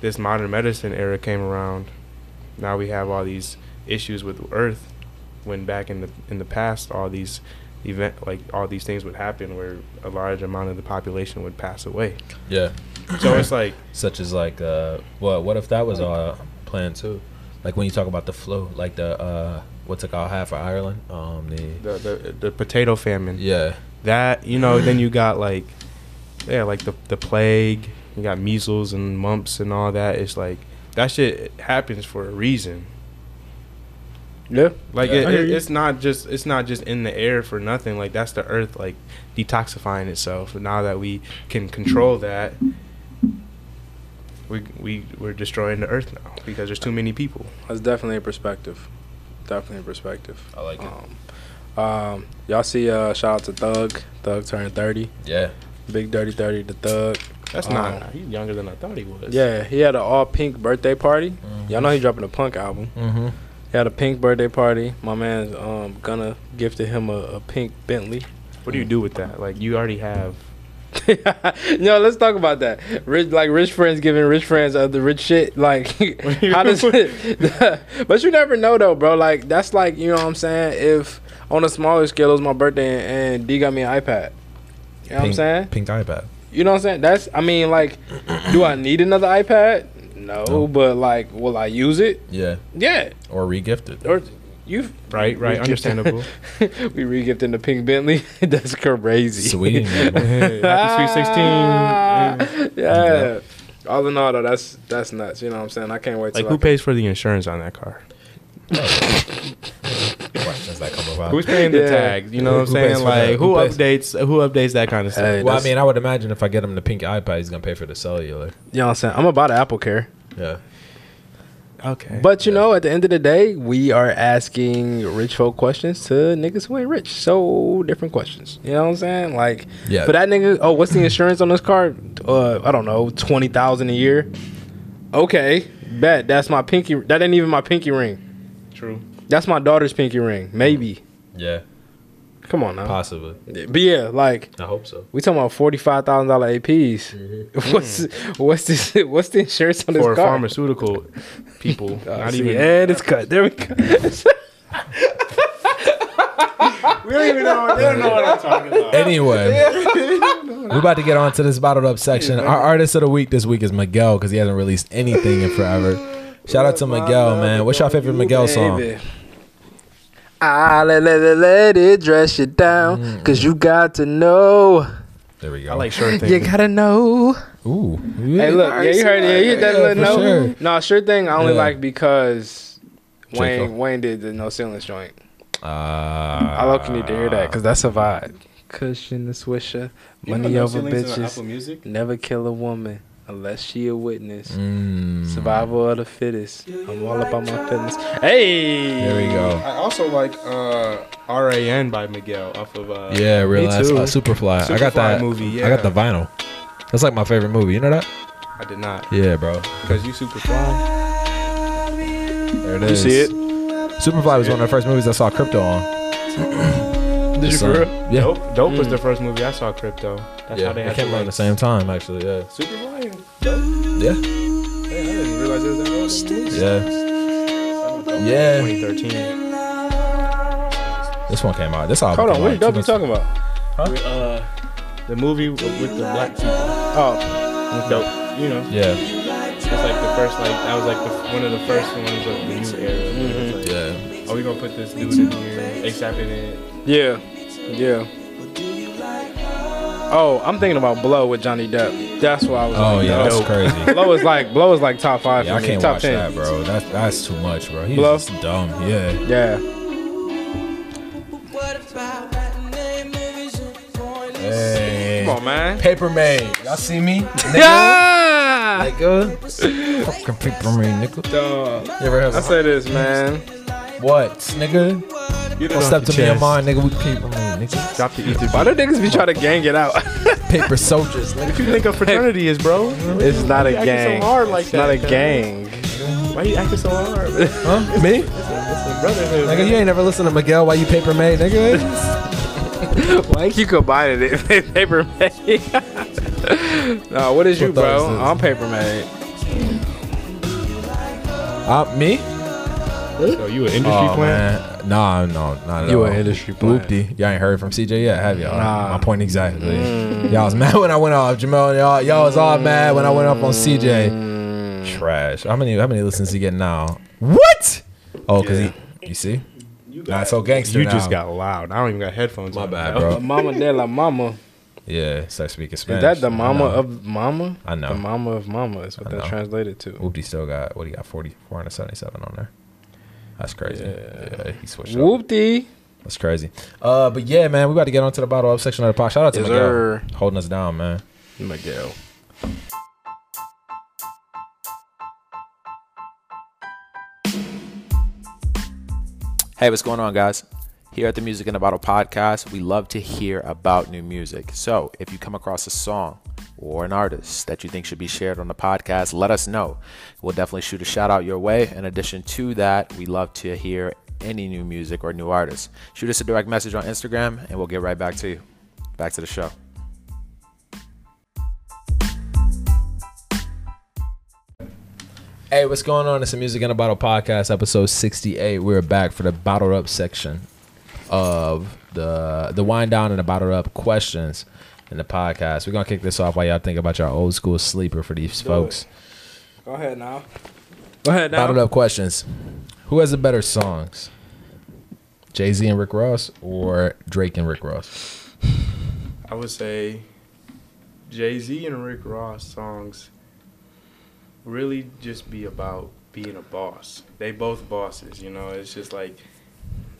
S2: this modern medicine era came around, now we have all these issues with Earth. When back in the in the past, all these event like all these things would happen where a large amount of the population would pass away.
S1: Yeah.
S2: So it's like
S1: Such as like, uh, well, what if that was our plan too? Like when you talk about the flu, like the uh, what's it called? Half for Ireland. Um, the
S2: the the, the potato famine.
S1: yeah,
S2: That you know, then you got like yeah, like the the plague. You got measles and mumps and all that. It's like that shit happens for a reason.
S3: Yeah.
S2: Like
S1: Yeah.
S2: it,
S1: I hear
S2: it,
S1: you.
S2: it's not just it's not just in the air for nothing. Like that's the earth like detoxifying itself. And now that we can control that, we we we're destroying the earth now because there's too many people.
S3: That's definitely a perspective. Definitely a perspective.
S1: I like it.
S3: Um, um, y'all see, uh, shout out to Thug. Thug turned 30.
S1: Yeah,
S3: Big Dirty 30 to Thug.
S2: That's
S3: Um,
S2: not Ah, he's younger than I thought he was.
S3: Yeah, he had an all pink birthday party. Y'all know he dropping a punk album.
S1: mm-hmm.
S3: He had a pink birthday party. My man's um, gonna gifted him a, a pink Bentley.
S2: What do you do with that? Like you already have
S3: no, let's talk about that. Rich, like rich friends giving rich friends other rich shit. Like, how does it? but you never know though, bro. Like that's like you know what I'm saying. If on a smaller scale, it was my birthday and, and D got me an iPad. You know what I'm
S1: Pink-
S3: saying?
S1: Pink iPad.
S3: You know what I'm saying? That's I mean like, do I need another iPad? No, but like, will I use it?
S1: Yeah,
S3: Yeah.
S1: or regifted.
S3: Or you
S2: right, right,
S3: regifted-
S2: understandable.
S3: we regifted the pink Bentley. that's crazy.
S1: Sweet.
S2: Happy Sweet Sixteen.
S3: Ah,
S2: Yeah.
S3: yeah. All in all, though, that's that's nuts. You know what I'm saying? I can't wait.
S2: Like
S3: till
S2: who
S3: I can-
S2: pays for the insurance on that car?
S1: questions that come about.
S2: Who's paying the
S3: Yeah.
S2: tag? You know what
S1: Who
S2: I'm
S1: pays
S2: saying?
S1: for that?
S2: Like
S1: Who
S2: who
S1: pays-
S2: updates who updates that kind of stuff?
S3: Hey,
S1: well, I
S3: that's-
S1: mean, I would imagine if I get him the pink iPad, he's gonna pay for the cellular.
S3: You know what I'm saying? I'm about Apple Care,
S1: Yeah,
S2: Okay.
S3: but you know, at the end of the day, we are asking rich folk questions to niggas who ain't rich. So different questions. You know what I'm saying? Like,
S1: Yeah.
S3: for that nigga, oh, what's the insurance on this car? Uh, I don't know, twenty thousand a year. Okay, bet that's my pinky. That ain't even my pinky ring.
S2: true.
S3: That's my daughter's pinky ring. Maybe.
S1: yeah,
S3: Come on now.
S1: possibly.
S3: But yeah, like
S1: I hope so.
S3: We talking about forty five thousand dollar APs. What's what's this? What's the insurance on this
S2: For
S3: car?
S2: pharmaceutical people,
S3: Oh,
S2: not
S3: see,
S2: even
S3: And it's cut. There we go.
S2: We don't even know. They don't know what I'm talking about.
S1: Anyway, we're about to get on to this bottled up section. Our artist of the week this week is Miguel because he hasn't released anything in forever. Shout out to Miguel, man. What's your favorite Miguel song?
S3: Baby. I Ah, let, let, let, let it dress you down, cause you got to know.
S1: There we go.
S2: I like sure things.
S3: You gotta know.
S1: Ooh.
S3: Hey, look, yeah, you heard it. Yeah, you hit that
S1: Yeah,
S3: little
S1: for
S3: note.
S1: sure.
S3: No, sure thing. I only
S1: Yeah.
S3: like because
S1: J.
S3: Wayne
S1: Cole.
S3: Wayne did the no ceilings joint.
S1: Uh,
S3: I
S1: I
S3: love you need to hear that because that's a vibe. Cushion the swisher, money over bitches.
S2: Music.
S3: Never kill a woman unless she a witness.
S1: Mm.
S3: Survival of the fittest. I'm all about my fitness. Hey,
S1: There we go.
S2: I also like uh, R.A.N. by Miguel off of. Uh,
S1: Yeah, realize
S2: too.
S1: uh, Superfly. I got
S2: Superfly
S1: that movie.
S2: movie,
S1: I got
S2: yeah.
S1: the vinyl. That's like my favorite movie. You know that?
S2: I did not
S1: Yeah, bro.
S2: because you super fly.
S1: There it is.
S3: see it?
S1: Superfly was one of the first movies I saw Crypto on.
S3: did you
S1: So,
S3: for real? Mm.
S1: Yeah.
S2: Dope. Dope was the first movie I saw. Crypto. That's
S1: Yeah,
S2: how they
S1: it
S2: had to
S1: came out at the
S2: like,
S1: same time, actually. Yeah.
S2: Super fly. and-
S1: Yeah.
S2: Man, I didn't realize it was that old.
S1: Yeah. Yeah.
S2: 2013.
S1: This one came out. This album.
S3: Hold on,
S1: came
S3: what
S1: out
S3: the dope
S1: two
S3: you
S1: months-
S3: talking about?
S2: uh, The movie with with the black people.
S3: Oh,
S2: Dope. You know,
S1: Yeah.
S2: it's like the first like that was like the, one of the first ones of the new era.
S3: Mm-hmm.
S2: It's like,
S1: Yeah.
S2: Are we gonna put this dude in here? ASAP in it.
S3: yeah, yeah. Oh, I'm thinking about Blow with Johnny Depp. That's what I was.
S1: Oh
S3: like,
S1: yeah, that's
S3: dope.
S1: crazy.
S3: Blow is like Blow is like top five
S1: Yeah, I
S3: for me.
S1: can't
S3: Top
S1: watch
S3: ten.
S1: that, bro. That's that's too much, bro. He's
S3: Bluff?
S1: just dumb. Yeah.
S3: Yeah.
S1: Hey.
S2: Come on, man.
S1: Paper made. Y'all see me?
S3: Yeah.
S1: Nigga. Fucking paper made, nigga.
S3: Dog.
S1: You ever heard
S3: I say this, man.
S1: what, nigga?
S2: You
S1: Don't
S2: off
S1: step
S2: your
S1: to me and
S2: chest.
S1: mine, nigga. We paper made, nigga.
S2: Drop the ether.
S3: Why do niggas be trying to gang it out?
S1: Paper soldiers, nigga.
S2: What you think a fraternity is, bro? Why
S3: it's not a
S2: acting so
S3: gang.
S2: hard like
S3: it's not a
S2: that, cuz?
S3: gang.
S2: you acting so hard? It's
S1: Huh? Me?
S2: a brotherhood.
S1: Nigga, you ain't never listened to Miguel while you paper made, nigga.
S3: Like you combined it, if paper made. nah, what is you,
S1: What that
S3: bro?
S1: is it?
S3: I'm paper made.
S1: Uh, me?
S2: Yo, you an industry
S1: Oh,
S2: plant?
S1: man. Nah, no, not at
S3: You
S1: all.
S3: an industry
S1: Whoop
S3: plant.
S1: de. Y'all ain't heard from CJ yet, have y'all?
S3: Nah. Mm.
S1: My point exactly. Y'all was mad when I went off. Jamel, y'all, y'all was all mad when I went up on CJ.
S3: Mm.
S1: Trash. How many how many listens he get now? What? Oh, because he you see? Nah, so gangster.
S2: You just
S1: now.
S2: got loud. I don't even got headphones.
S1: my
S2: on.
S1: bad, bro.
S3: Mama de la mama.
S1: Yeah, start speaking Spanish.
S3: Is that the
S1: I
S3: mama
S1: know.
S3: of mama?
S1: I know.
S3: The mama of mama is what
S1: I
S3: that
S1: know.
S3: translated to.
S1: Whoop de still got what he got 40, 477 on there. That's crazy. Yeah, he switched up.
S3: Whoopty.
S1: That's crazy. Uh, but yeah, man, we about to get onto the bottle up section of the pod. Shout out to
S3: Yes,
S1: Miguel
S3: sir.
S1: holding us down, man.
S3: Miguel.
S8: Hey, what's going on, guys? Here at the Music in a Bottle podcast, we love to hear about new music. So if you come across a song or an artist that you think should be shared on the podcast, let us know. We'll definitely shoot a shout out your way. In addition to that, we love to hear any new music or new artists. Shoot us a direct message on Instagram and we'll get right back to you. Back to the show.
S1: Hey, what's going on? It's the Music in a Bottle podcast, episode 68. We're back for the bottled up section of the the wind down and the bottled up questions in the podcast. We're gonna kick this off while y'all think about your old school sleeper for these folks.
S3: Go ahead now. Go ahead now.
S1: Bottled up questions. Who has the better songs? Jay Z and Rick Ross or Drake and Rick Ross?
S2: I would say Jay Z and Rick Ross songs really just be about being a boss. They both bosses, you know. It's just like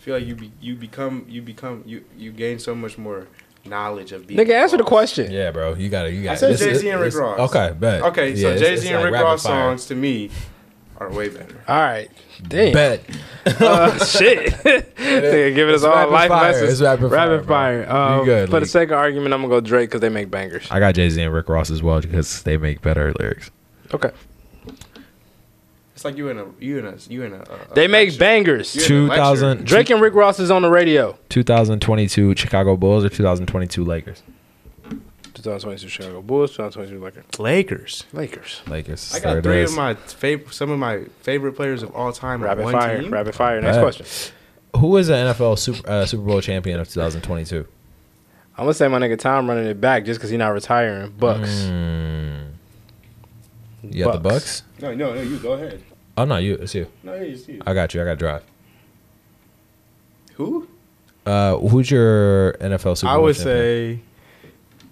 S2: I feel like you be, you become you become you you gain so much more knowledge of being.
S3: Nigga,
S2: a
S3: answer the
S2: boss.
S3: question.
S1: Yeah, bro. You gotta you gotta
S2: I said
S1: this-
S2: Jay Z and Rick
S1: this-
S2: Ross.
S1: Okay, bet.
S2: Okay,
S1: Yeah,
S2: so
S1: it's-
S2: Jay Z
S1: it's
S2: and
S1: like
S2: Rick
S1: rapid
S2: Ross
S1: fire.
S2: songs to me are way better.
S3: All right. Damn.
S1: Bet.
S3: Uh, shit. Nigga, give us
S1: It's
S3: all
S1: rapid
S3: life
S1: fire.
S3: lessons.
S1: It's rapid fire, bro.
S3: fire. Um,
S1: You good,
S3: for the
S1: Leak.
S3: sake of argument, I'm going to go Drake because they make bangers.
S1: I got Jay Z and Rick Ross as well because they make better lyrics.
S3: Okay.
S2: It's like you in a you in a you in a. a
S3: They
S2: a
S3: make
S2: lecture.
S3: bangers.
S2: Yeah.
S1: 2000,
S3: Drake and Rick Ross is on the radio.
S1: 2022 Chicago Bulls or 2022 Lakers?
S3: 2022 Chicago Bulls, 2022 Lakers.
S2: Lakers.
S3: Lakers.
S1: Lakers.
S2: I
S1: There
S2: got
S1: it
S2: three
S1: is.
S2: of my favorite, some of my favorite players of all time. on
S3: Rapid
S2: one
S3: fire.
S2: team.
S3: Rapid fire. Next
S1: Bet.
S3: question.
S1: Who is the NFL Super, uh, Super Bowl champion of 2022?
S3: I'm going to say my nigga Tom running it back just because he's not retiring. Bucks.
S1: Mm. You got the
S3: Bucks.
S1: Bucks?
S2: No, no, no. You go ahead.
S1: Oh no, you. It's you.
S2: No, you see.
S1: I got you. I got drive.
S2: Who?
S1: Uh, who's your NFL Super
S2: I
S1: Bowl
S2: would
S1: champion?
S2: say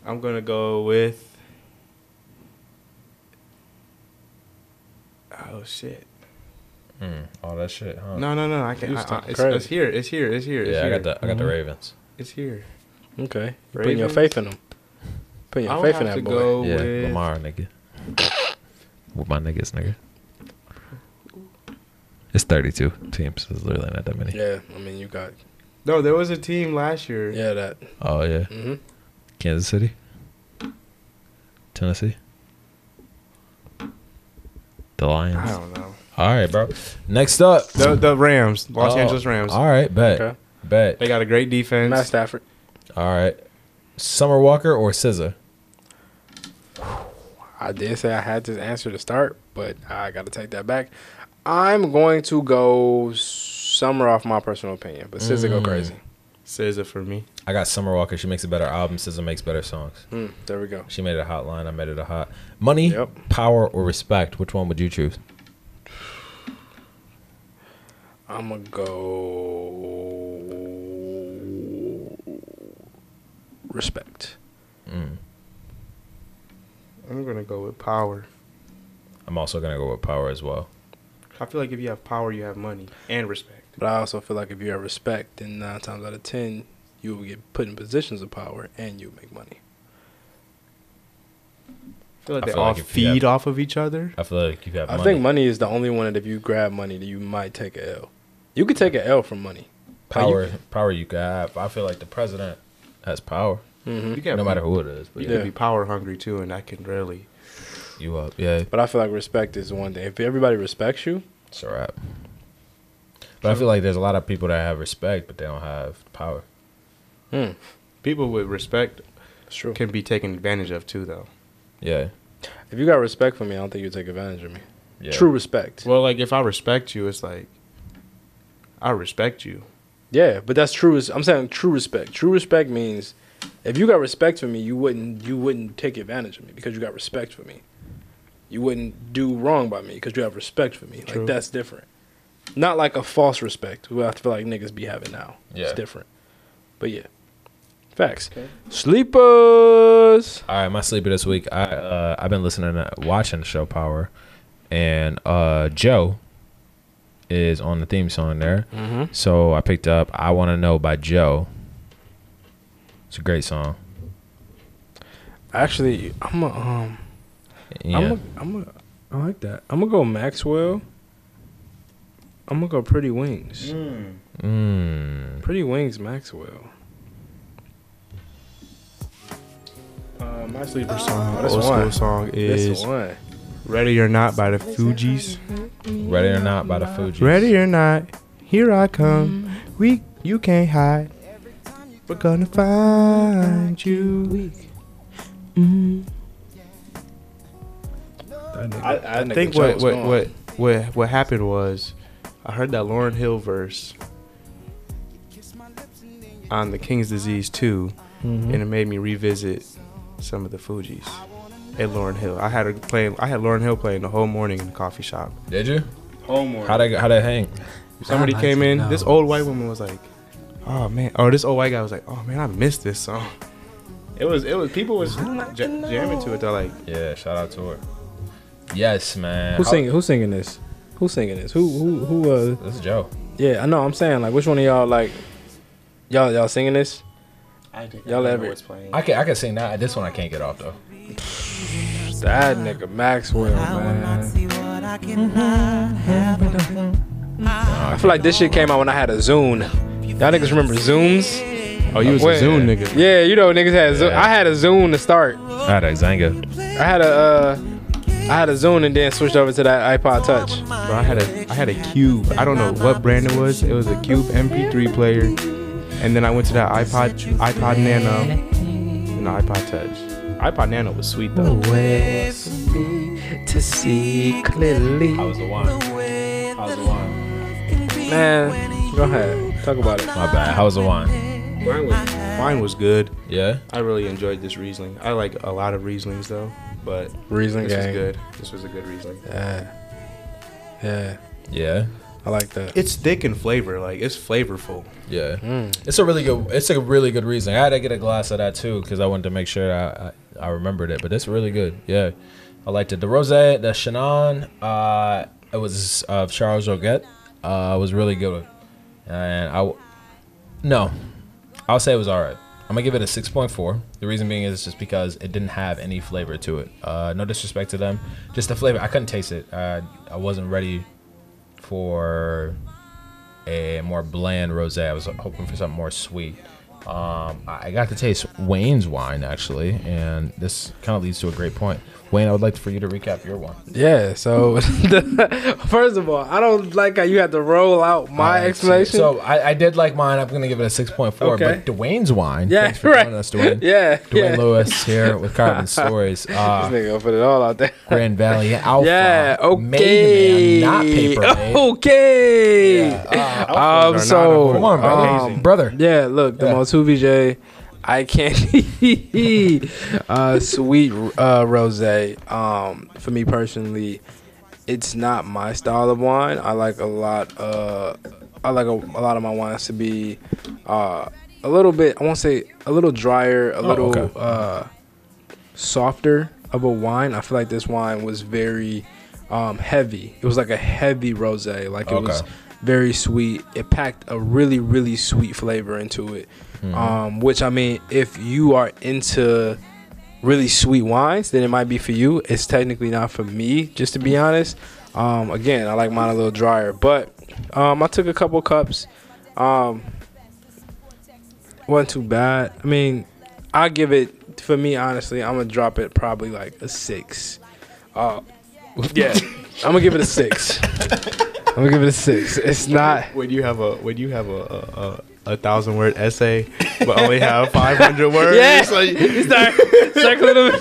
S2: I'm gonna go with. Oh shit!
S1: Oh, that shit. Huh?
S2: No, no, no! I can't. I,
S3: Houston,
S2: I, it's,
S3: crazy.
S2: it's here. It's here. It's here. It's
S1: yeah, I
S2: here.
S1: got the I got the Ravens.
S2: It's here.
S3: Okay. You're putting your
S2: Ravens.
S3: faith in him. Putting
S2: I
S3: your
S2: would
S3: faith in
S2: have
S3: that
S2: to
S3: boy.
S2: go
S1: yeah,
S2: with
S1: Lamar, nigga. With my niggas, nigga. It's 32 teams. It's literally not that many.
S3: Yeah. I mean, you got.
S2: No, there was a team last year.
S3: Yeah, that.
S1: Oh yeah.
S3: hmm
S1: Kansas City, Tennessee, the
S2: I
S1: Lions.
S2: don't know.
S1: All right, bro. Next up,
S2: The, the Rams, Los
S1: Oh,
S2: Angeles Rams.
S1: All right, bet,
S3: Okay.
S1: bet.
S2: They got a great defense.
S3: Matt Stafford.
S1: All right, Summer Walker or SZA?
S3: I did say I had this answer to start, but I got to take that back. I'm going to go summer off my personal opinion, but SZA
S1: Mm.
S3: go crazy.
S2: Says it for me.
S1: I got Summer Walker. She makes a better album. SZA makes better songs.
S2: Hmm.
S3: Mm, there we go.
S1: She made it a hot line. I made it a hot. Money,
S3: Yep.
S1: power, or respect? Which one would you choose?
S3: I'm going to go respect.
S1: Hmm.
S2: I'm gonna go with power.
S1: I'm also gonna go with power as well.
S2: I feel like if you have power, you have money and respect.
S3: But I also feel like if you have respect, then nine times out of ten, you will get put in positions of power and you make money.
S2: I feel like
S1: I
S2: they
S1: feel
S2: all
S1: like if you
S2: feed
S1: have-
S2: off of each other.
S1: I feel like you got.
S3: I
S1: money.
S3: think money is the only one that if you grab money, that you might take a L. You could take a L from money.
S1: power, power. You got. I feel like the president has power,
S2: You can have
S1: no matter who it is. But
S2: You
S1: yeah.
S2: could be power hungry too, and I can really.
S1: You up? Yeah,
S3: But I feel like respect is one thing. If everybody respects you,
S1: it's a wrap. But I feel like there's a lot of people that have respect, but they don't have power.
S2: People with respect
S3: it's true.
S2: can be taken advantage of too, though.
S1: Yeah.
S3: If you got respect for me, I don't think you take advantage of me.
S1: yeah.
S3: True respect.
S2: Well, like if I respect you, it's like I respect you.
S3: Yeah, but that's true. res- I'm saying true respect. True respect means if you got respect for me, you wouldn't you wouldn't take advantage of me because you got respect for me. You wouldn't do wrong by me because you have respect for me.
S2: True.
S3: Like that's different. Not like a false respect. who I feel like niggas be having now.
S1: Yeah.
S3: It's different. But yeah, facts. Sleepers.
S1: All right, my sleeper this week. I uh, I've been listening to watching the show Power, and uh, Joe is on the theme song there.
S3: Mhm.
S1: So I picked up "I Want to Know" by Joe. It's a great song.
S3: Actually, I'm a um.
S1: Yeah,
S3: I'm a, I'm a, I like that. I'm gonna go Maxwell. I'm gonna go Pretty Wings.
S2: Hmm.
S1: mm,
S3: Pretty Wings Maxwell.
S2: Uh, my sleeper song,
S3: this
S2: old school
S3: one.
S2: song
S3: This
S2: is
S3: one.
S2: "Ready or Not" by the Fugees.
S1: ready or not by the Fugees.
S2: Ready or not, here I come. We you can't hide. We're gonna find you. I, I
S3: That nigga
S2: think what
S3: Joe's
S2: what,
S3: gone.
S2: what what what happened was, I heard that Lauren Hill verse on the King's Disease 2 and it made me revisit some of the Fugees and Lauren Hill. I had her playing. I had Lauren Hill playing the whole morning in the coffee shop.
S1: Did you?
S2: Whole morning.
S1: How that how that hang?
S2: Somebody came in. This old white woman was like, "Oh man," or this old white guy was like, "Oh man, I missed this song." It was. It was. People was ja- jamming to it. They're like,
S1: Yeah, shout out to her. Yes, man.
S3: Who's
S1: How-
S3: singing? Who's singing this? Who's singing this? Who who who? Uh,
S1: This is Joe.
S3: yeah, I know. I'm saying like, which one of y'all like? Y'all y'all singing this? Y'all ever?
S1: I can I can sing that. This one I can't get off though.
S3: That nigga Maxwell, man. I feel like this shit came out when I had a Zune. Y'all niggas remember Zooms?
S2: "Oh, you was
S3: Wait.
S2: a Zoom nigga."
S3: Yeah, you know niggas had. Zoom.
S1: Yeah.
S3: I had a Zune to start.
S1: I had a Zanga.
S3: I had a uh, I had a Zune and then switched over to that iPod Touch.
S2: Bro, I had a I had a cube. I don't know what brand it was. It was a cube MP3 player, and then I went to that iPod iPod Nano and the iPod Touch. iPod Nano was sweet though.
S3: to see clearly.
S1: I was the one. I was the one.
S3: Man, go ahead, talk about it.
S1: My bad. How was the one?
S2: Mine was mine was good.
S1: Yeah.
S2: I really enjoyed this Riesling. I like a lot of Rieslings though, but
S3: Reason
S2: this was
S3: gang.
S2: good. This was a good Riesling.
S3: Yeah, yeah,
S1: Yeah.
S3: I like that.
S2: It's thick in flavor. Like it's flavorful.
S1: Yeah, it's a really good. It's a really good reason. I had to get a glass of that too because I wanted to make sure I, I I remembered it. But it's really good. Yeah, I liked it. The rose, the Chenin, uh, it was uh, Charles Roguet. Uh, was really good, and I, w- no, I'll say it was all right. I'm gonna give it a 6.4. The reason being is just because it didn't have any flavor to it. Uh, no disrespect to them, just the flavor. I couldn't taste it. Uh, I wasn't ready for a more bland rosé. I was hoping for something more sweet. Um, I I got to taste Wayne's wine actually, and this kind of leads to a great point. Wayne, I would like for you to recap your one.
S3: Yeah, so first of all, I don't like how you had to roll out my
S1: Uh,
S3: explanation.
S1: So I, I did like mine. I'm gonna give it a six point four.
S3: Okay.
S1: But Dwayne's wine.
S3: yeah,
S1: thanks for
S3: right.
S1: joining us, Dwayne.
S3: Yeah,
S1: Dwayne
S3: yeah.
S1: Lewis here with Carbon Stories.
S3: This
S1: Uh,
S3: nigga gonna put it all out there.
S1: Grand Valley Alpha.
S3: Yeah,
S1: Oh, Made man,
S3: okay. Oh.
S1: uh, not paper made.
S3: Okay. um,
S2: They're not
S3: so
S1: Come on, brother.
S3: um,
S1: brother.
S3: Yeah, look, the
S1: Yeah.
S3: Motu VJ eye candy, uh, sweet uh, rose. Um, for me personally, it's not my style of wine. I like a lot. Uh, I like a, a lot of my wines to be uh, a little bit. I won't say a little drier, a little
S1: Oh, okay.
S3: uh, softer of a wine. I feel like this wine was very um, heavy. It was like a heavy rose. Like it was
S1: Okay.
S3: very sweet. It packed a really, really sweet flavor into it. Um, which I mean, if you are into really sweet wines, then it might be for you. It's technically not for me, just to be honest. Um, again, I like mine a little drier, but um, I took a couple cups. Um, wasn't too bad. I mean, I give it for me honestly. I'm gonna drop it probably like a six. Uh, yeah, I'm gonna give it a six. I'm gonna give it a six. It's not.
S2: When you have a when you have a, a, a a thousand word essay, but only have five hundred words.
S3: Yeah, you start circling them.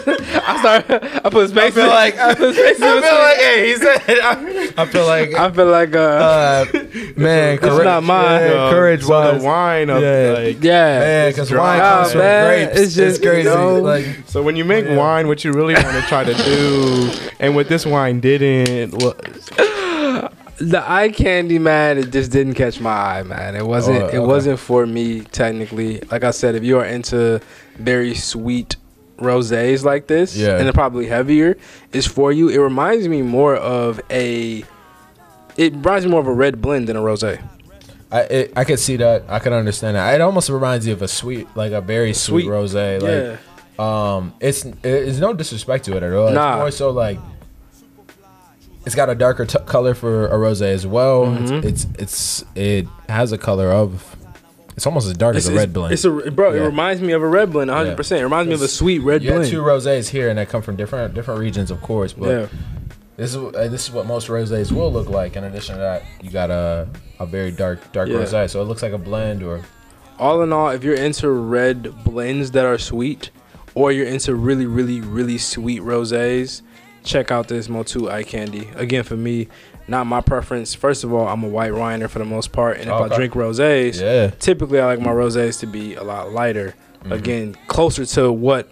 S3: I start. I put space. I feel like I put space. I feel like hey, he said.
S1: I feel like
S3: I feel like uh,
S1: uh man,
S3: it's not mine.
S1: Yeah,
S2: Uh,
S1: courage
S2: so the
S1: wise.
S2: wine of
S1: Yeah.
S2: like.
S3: yeah.
S1: Man, because wine
S3: dry.
S1: comes
S3: Oh,
S1: from
S3: man,
S1: grapes.
S3: it's
S1: It's
S3: just,
S1: just crazy.
S3: you know.
S1: Like,
S2: So when you make wine, what you really want to try to do, and what this wine didn't was
S3: the eye candy man it just didn't catch my eye man it wasn't
S1: Oh, okay.
S3: it wasn't for me technically like i said if you are into very sweet rosés like this
S1: Yeah.
S3: and they're probably heavier it's for you it reminds me more of a it reminds me more of a red blend than a rosé
S1: I it, I could see that. I could understand that. It almost reminds you of a sweet, like a very sweet,
S3: Sweet.
S1: rosé. Like,
S3: yeah
S1: um it's it's no disrespect to it at all
S3: Nah.
S1: it's more so like it's got a darker t- color for a rose as well
S3: Mhm.
S1: it's, it's it's it has a color of it's almost as dark as a red blend
S3: it's a bro it
S1: Yeah.
S3: reminds me of a red blend 100 percent. it reminds me of a
S1: It's-
S3: sweet red
S1: you
S3: blend
S1: had two rosés here and they come from different different regions of course but
S3: yeah
S1: this is uh, this is what most rosés will look like in addition to that you got a a very dark dark
S3: Yeah.
S1: rosé so it looks like a blend or
S3: all in all, if you're into red blends that are sweet, or you're into really, really, really sweet rosés, check out this Motu Eye Candy. Again, for me, not my preference. First of all, I'm a white winer for the most part, and if I
S1: Okay.
S3: drink rosés,
S1: yeah
S3: typically I like my rosés to be a lot lighter.
S1: Mm-hmm.
S3: Again, closer to what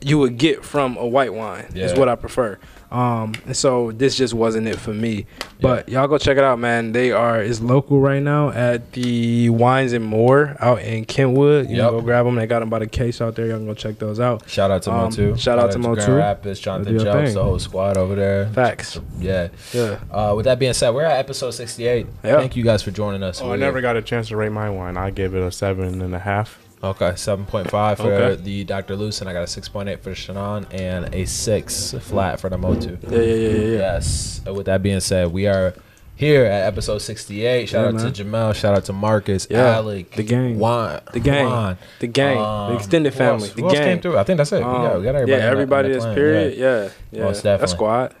S3: you would get from a white wine is
S1: Yeah.
S3: what I prefer. Um, and so this just wasn't it for me. But y'all go check it out, man. They are it's local right now at the Wines and More out in Kentwood. You
S1: Yep.
S3: can go grab them. They got them by the case out there. Y'all can go check those out.
S1: shout out to
S3: Um,
S1: Motu
S3: shout out to Motu.
S1: Grand Rapids
S3: Do
S1: Jonathan
S3: your
S1: Jelks
S3: thing.
S1: the whole squad over there
S3: Facts.
S1: yeah
S3: Yeah.
S1: Uh, with that being said, we're at episode 68.
S3: Yeah.
S1: Thank you guys for joining us.
S2: oh, I
S1: We-
S2: never got a chance to rate my wine. I give it a seven and a half.
S1: Okay, 7.5 for
S2: Okay.
S1: the Dr. Luce, and I got a 6.8 for Shannon, and a 6 flat for the Motu.
S3: Yeah, yeah, yeah, yeah, yeah.
S1: Yes. Uh, With that being said, we are here at episode 68. Shout
S3: Yeah,
S1: out
S3: man.
S1: to Jamel. Shout out to Marcus,
S3: Yeah.
S1: Alec,
S3: The gang.
S1: Juan,
S3: The gang.
S1: Juan.
S3: The gang.
S1: Um,
S3: the extended
S1: who
S3: family.
S1: else-
S3: The
S1: who else
S3: gang.
S1: came through? I think that's it.
S3: Um,
S1: yeah, we got everybody. in
S3: Yeah,
S1: the- in
S3: everybody
S1: the
S3: is
S1: plan.
S3: period. Yeah. Yeah.
S1: Most
S3: That's
S1: definitely.
S3: squad.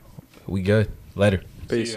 S1: We good. Later.
S3: Peace.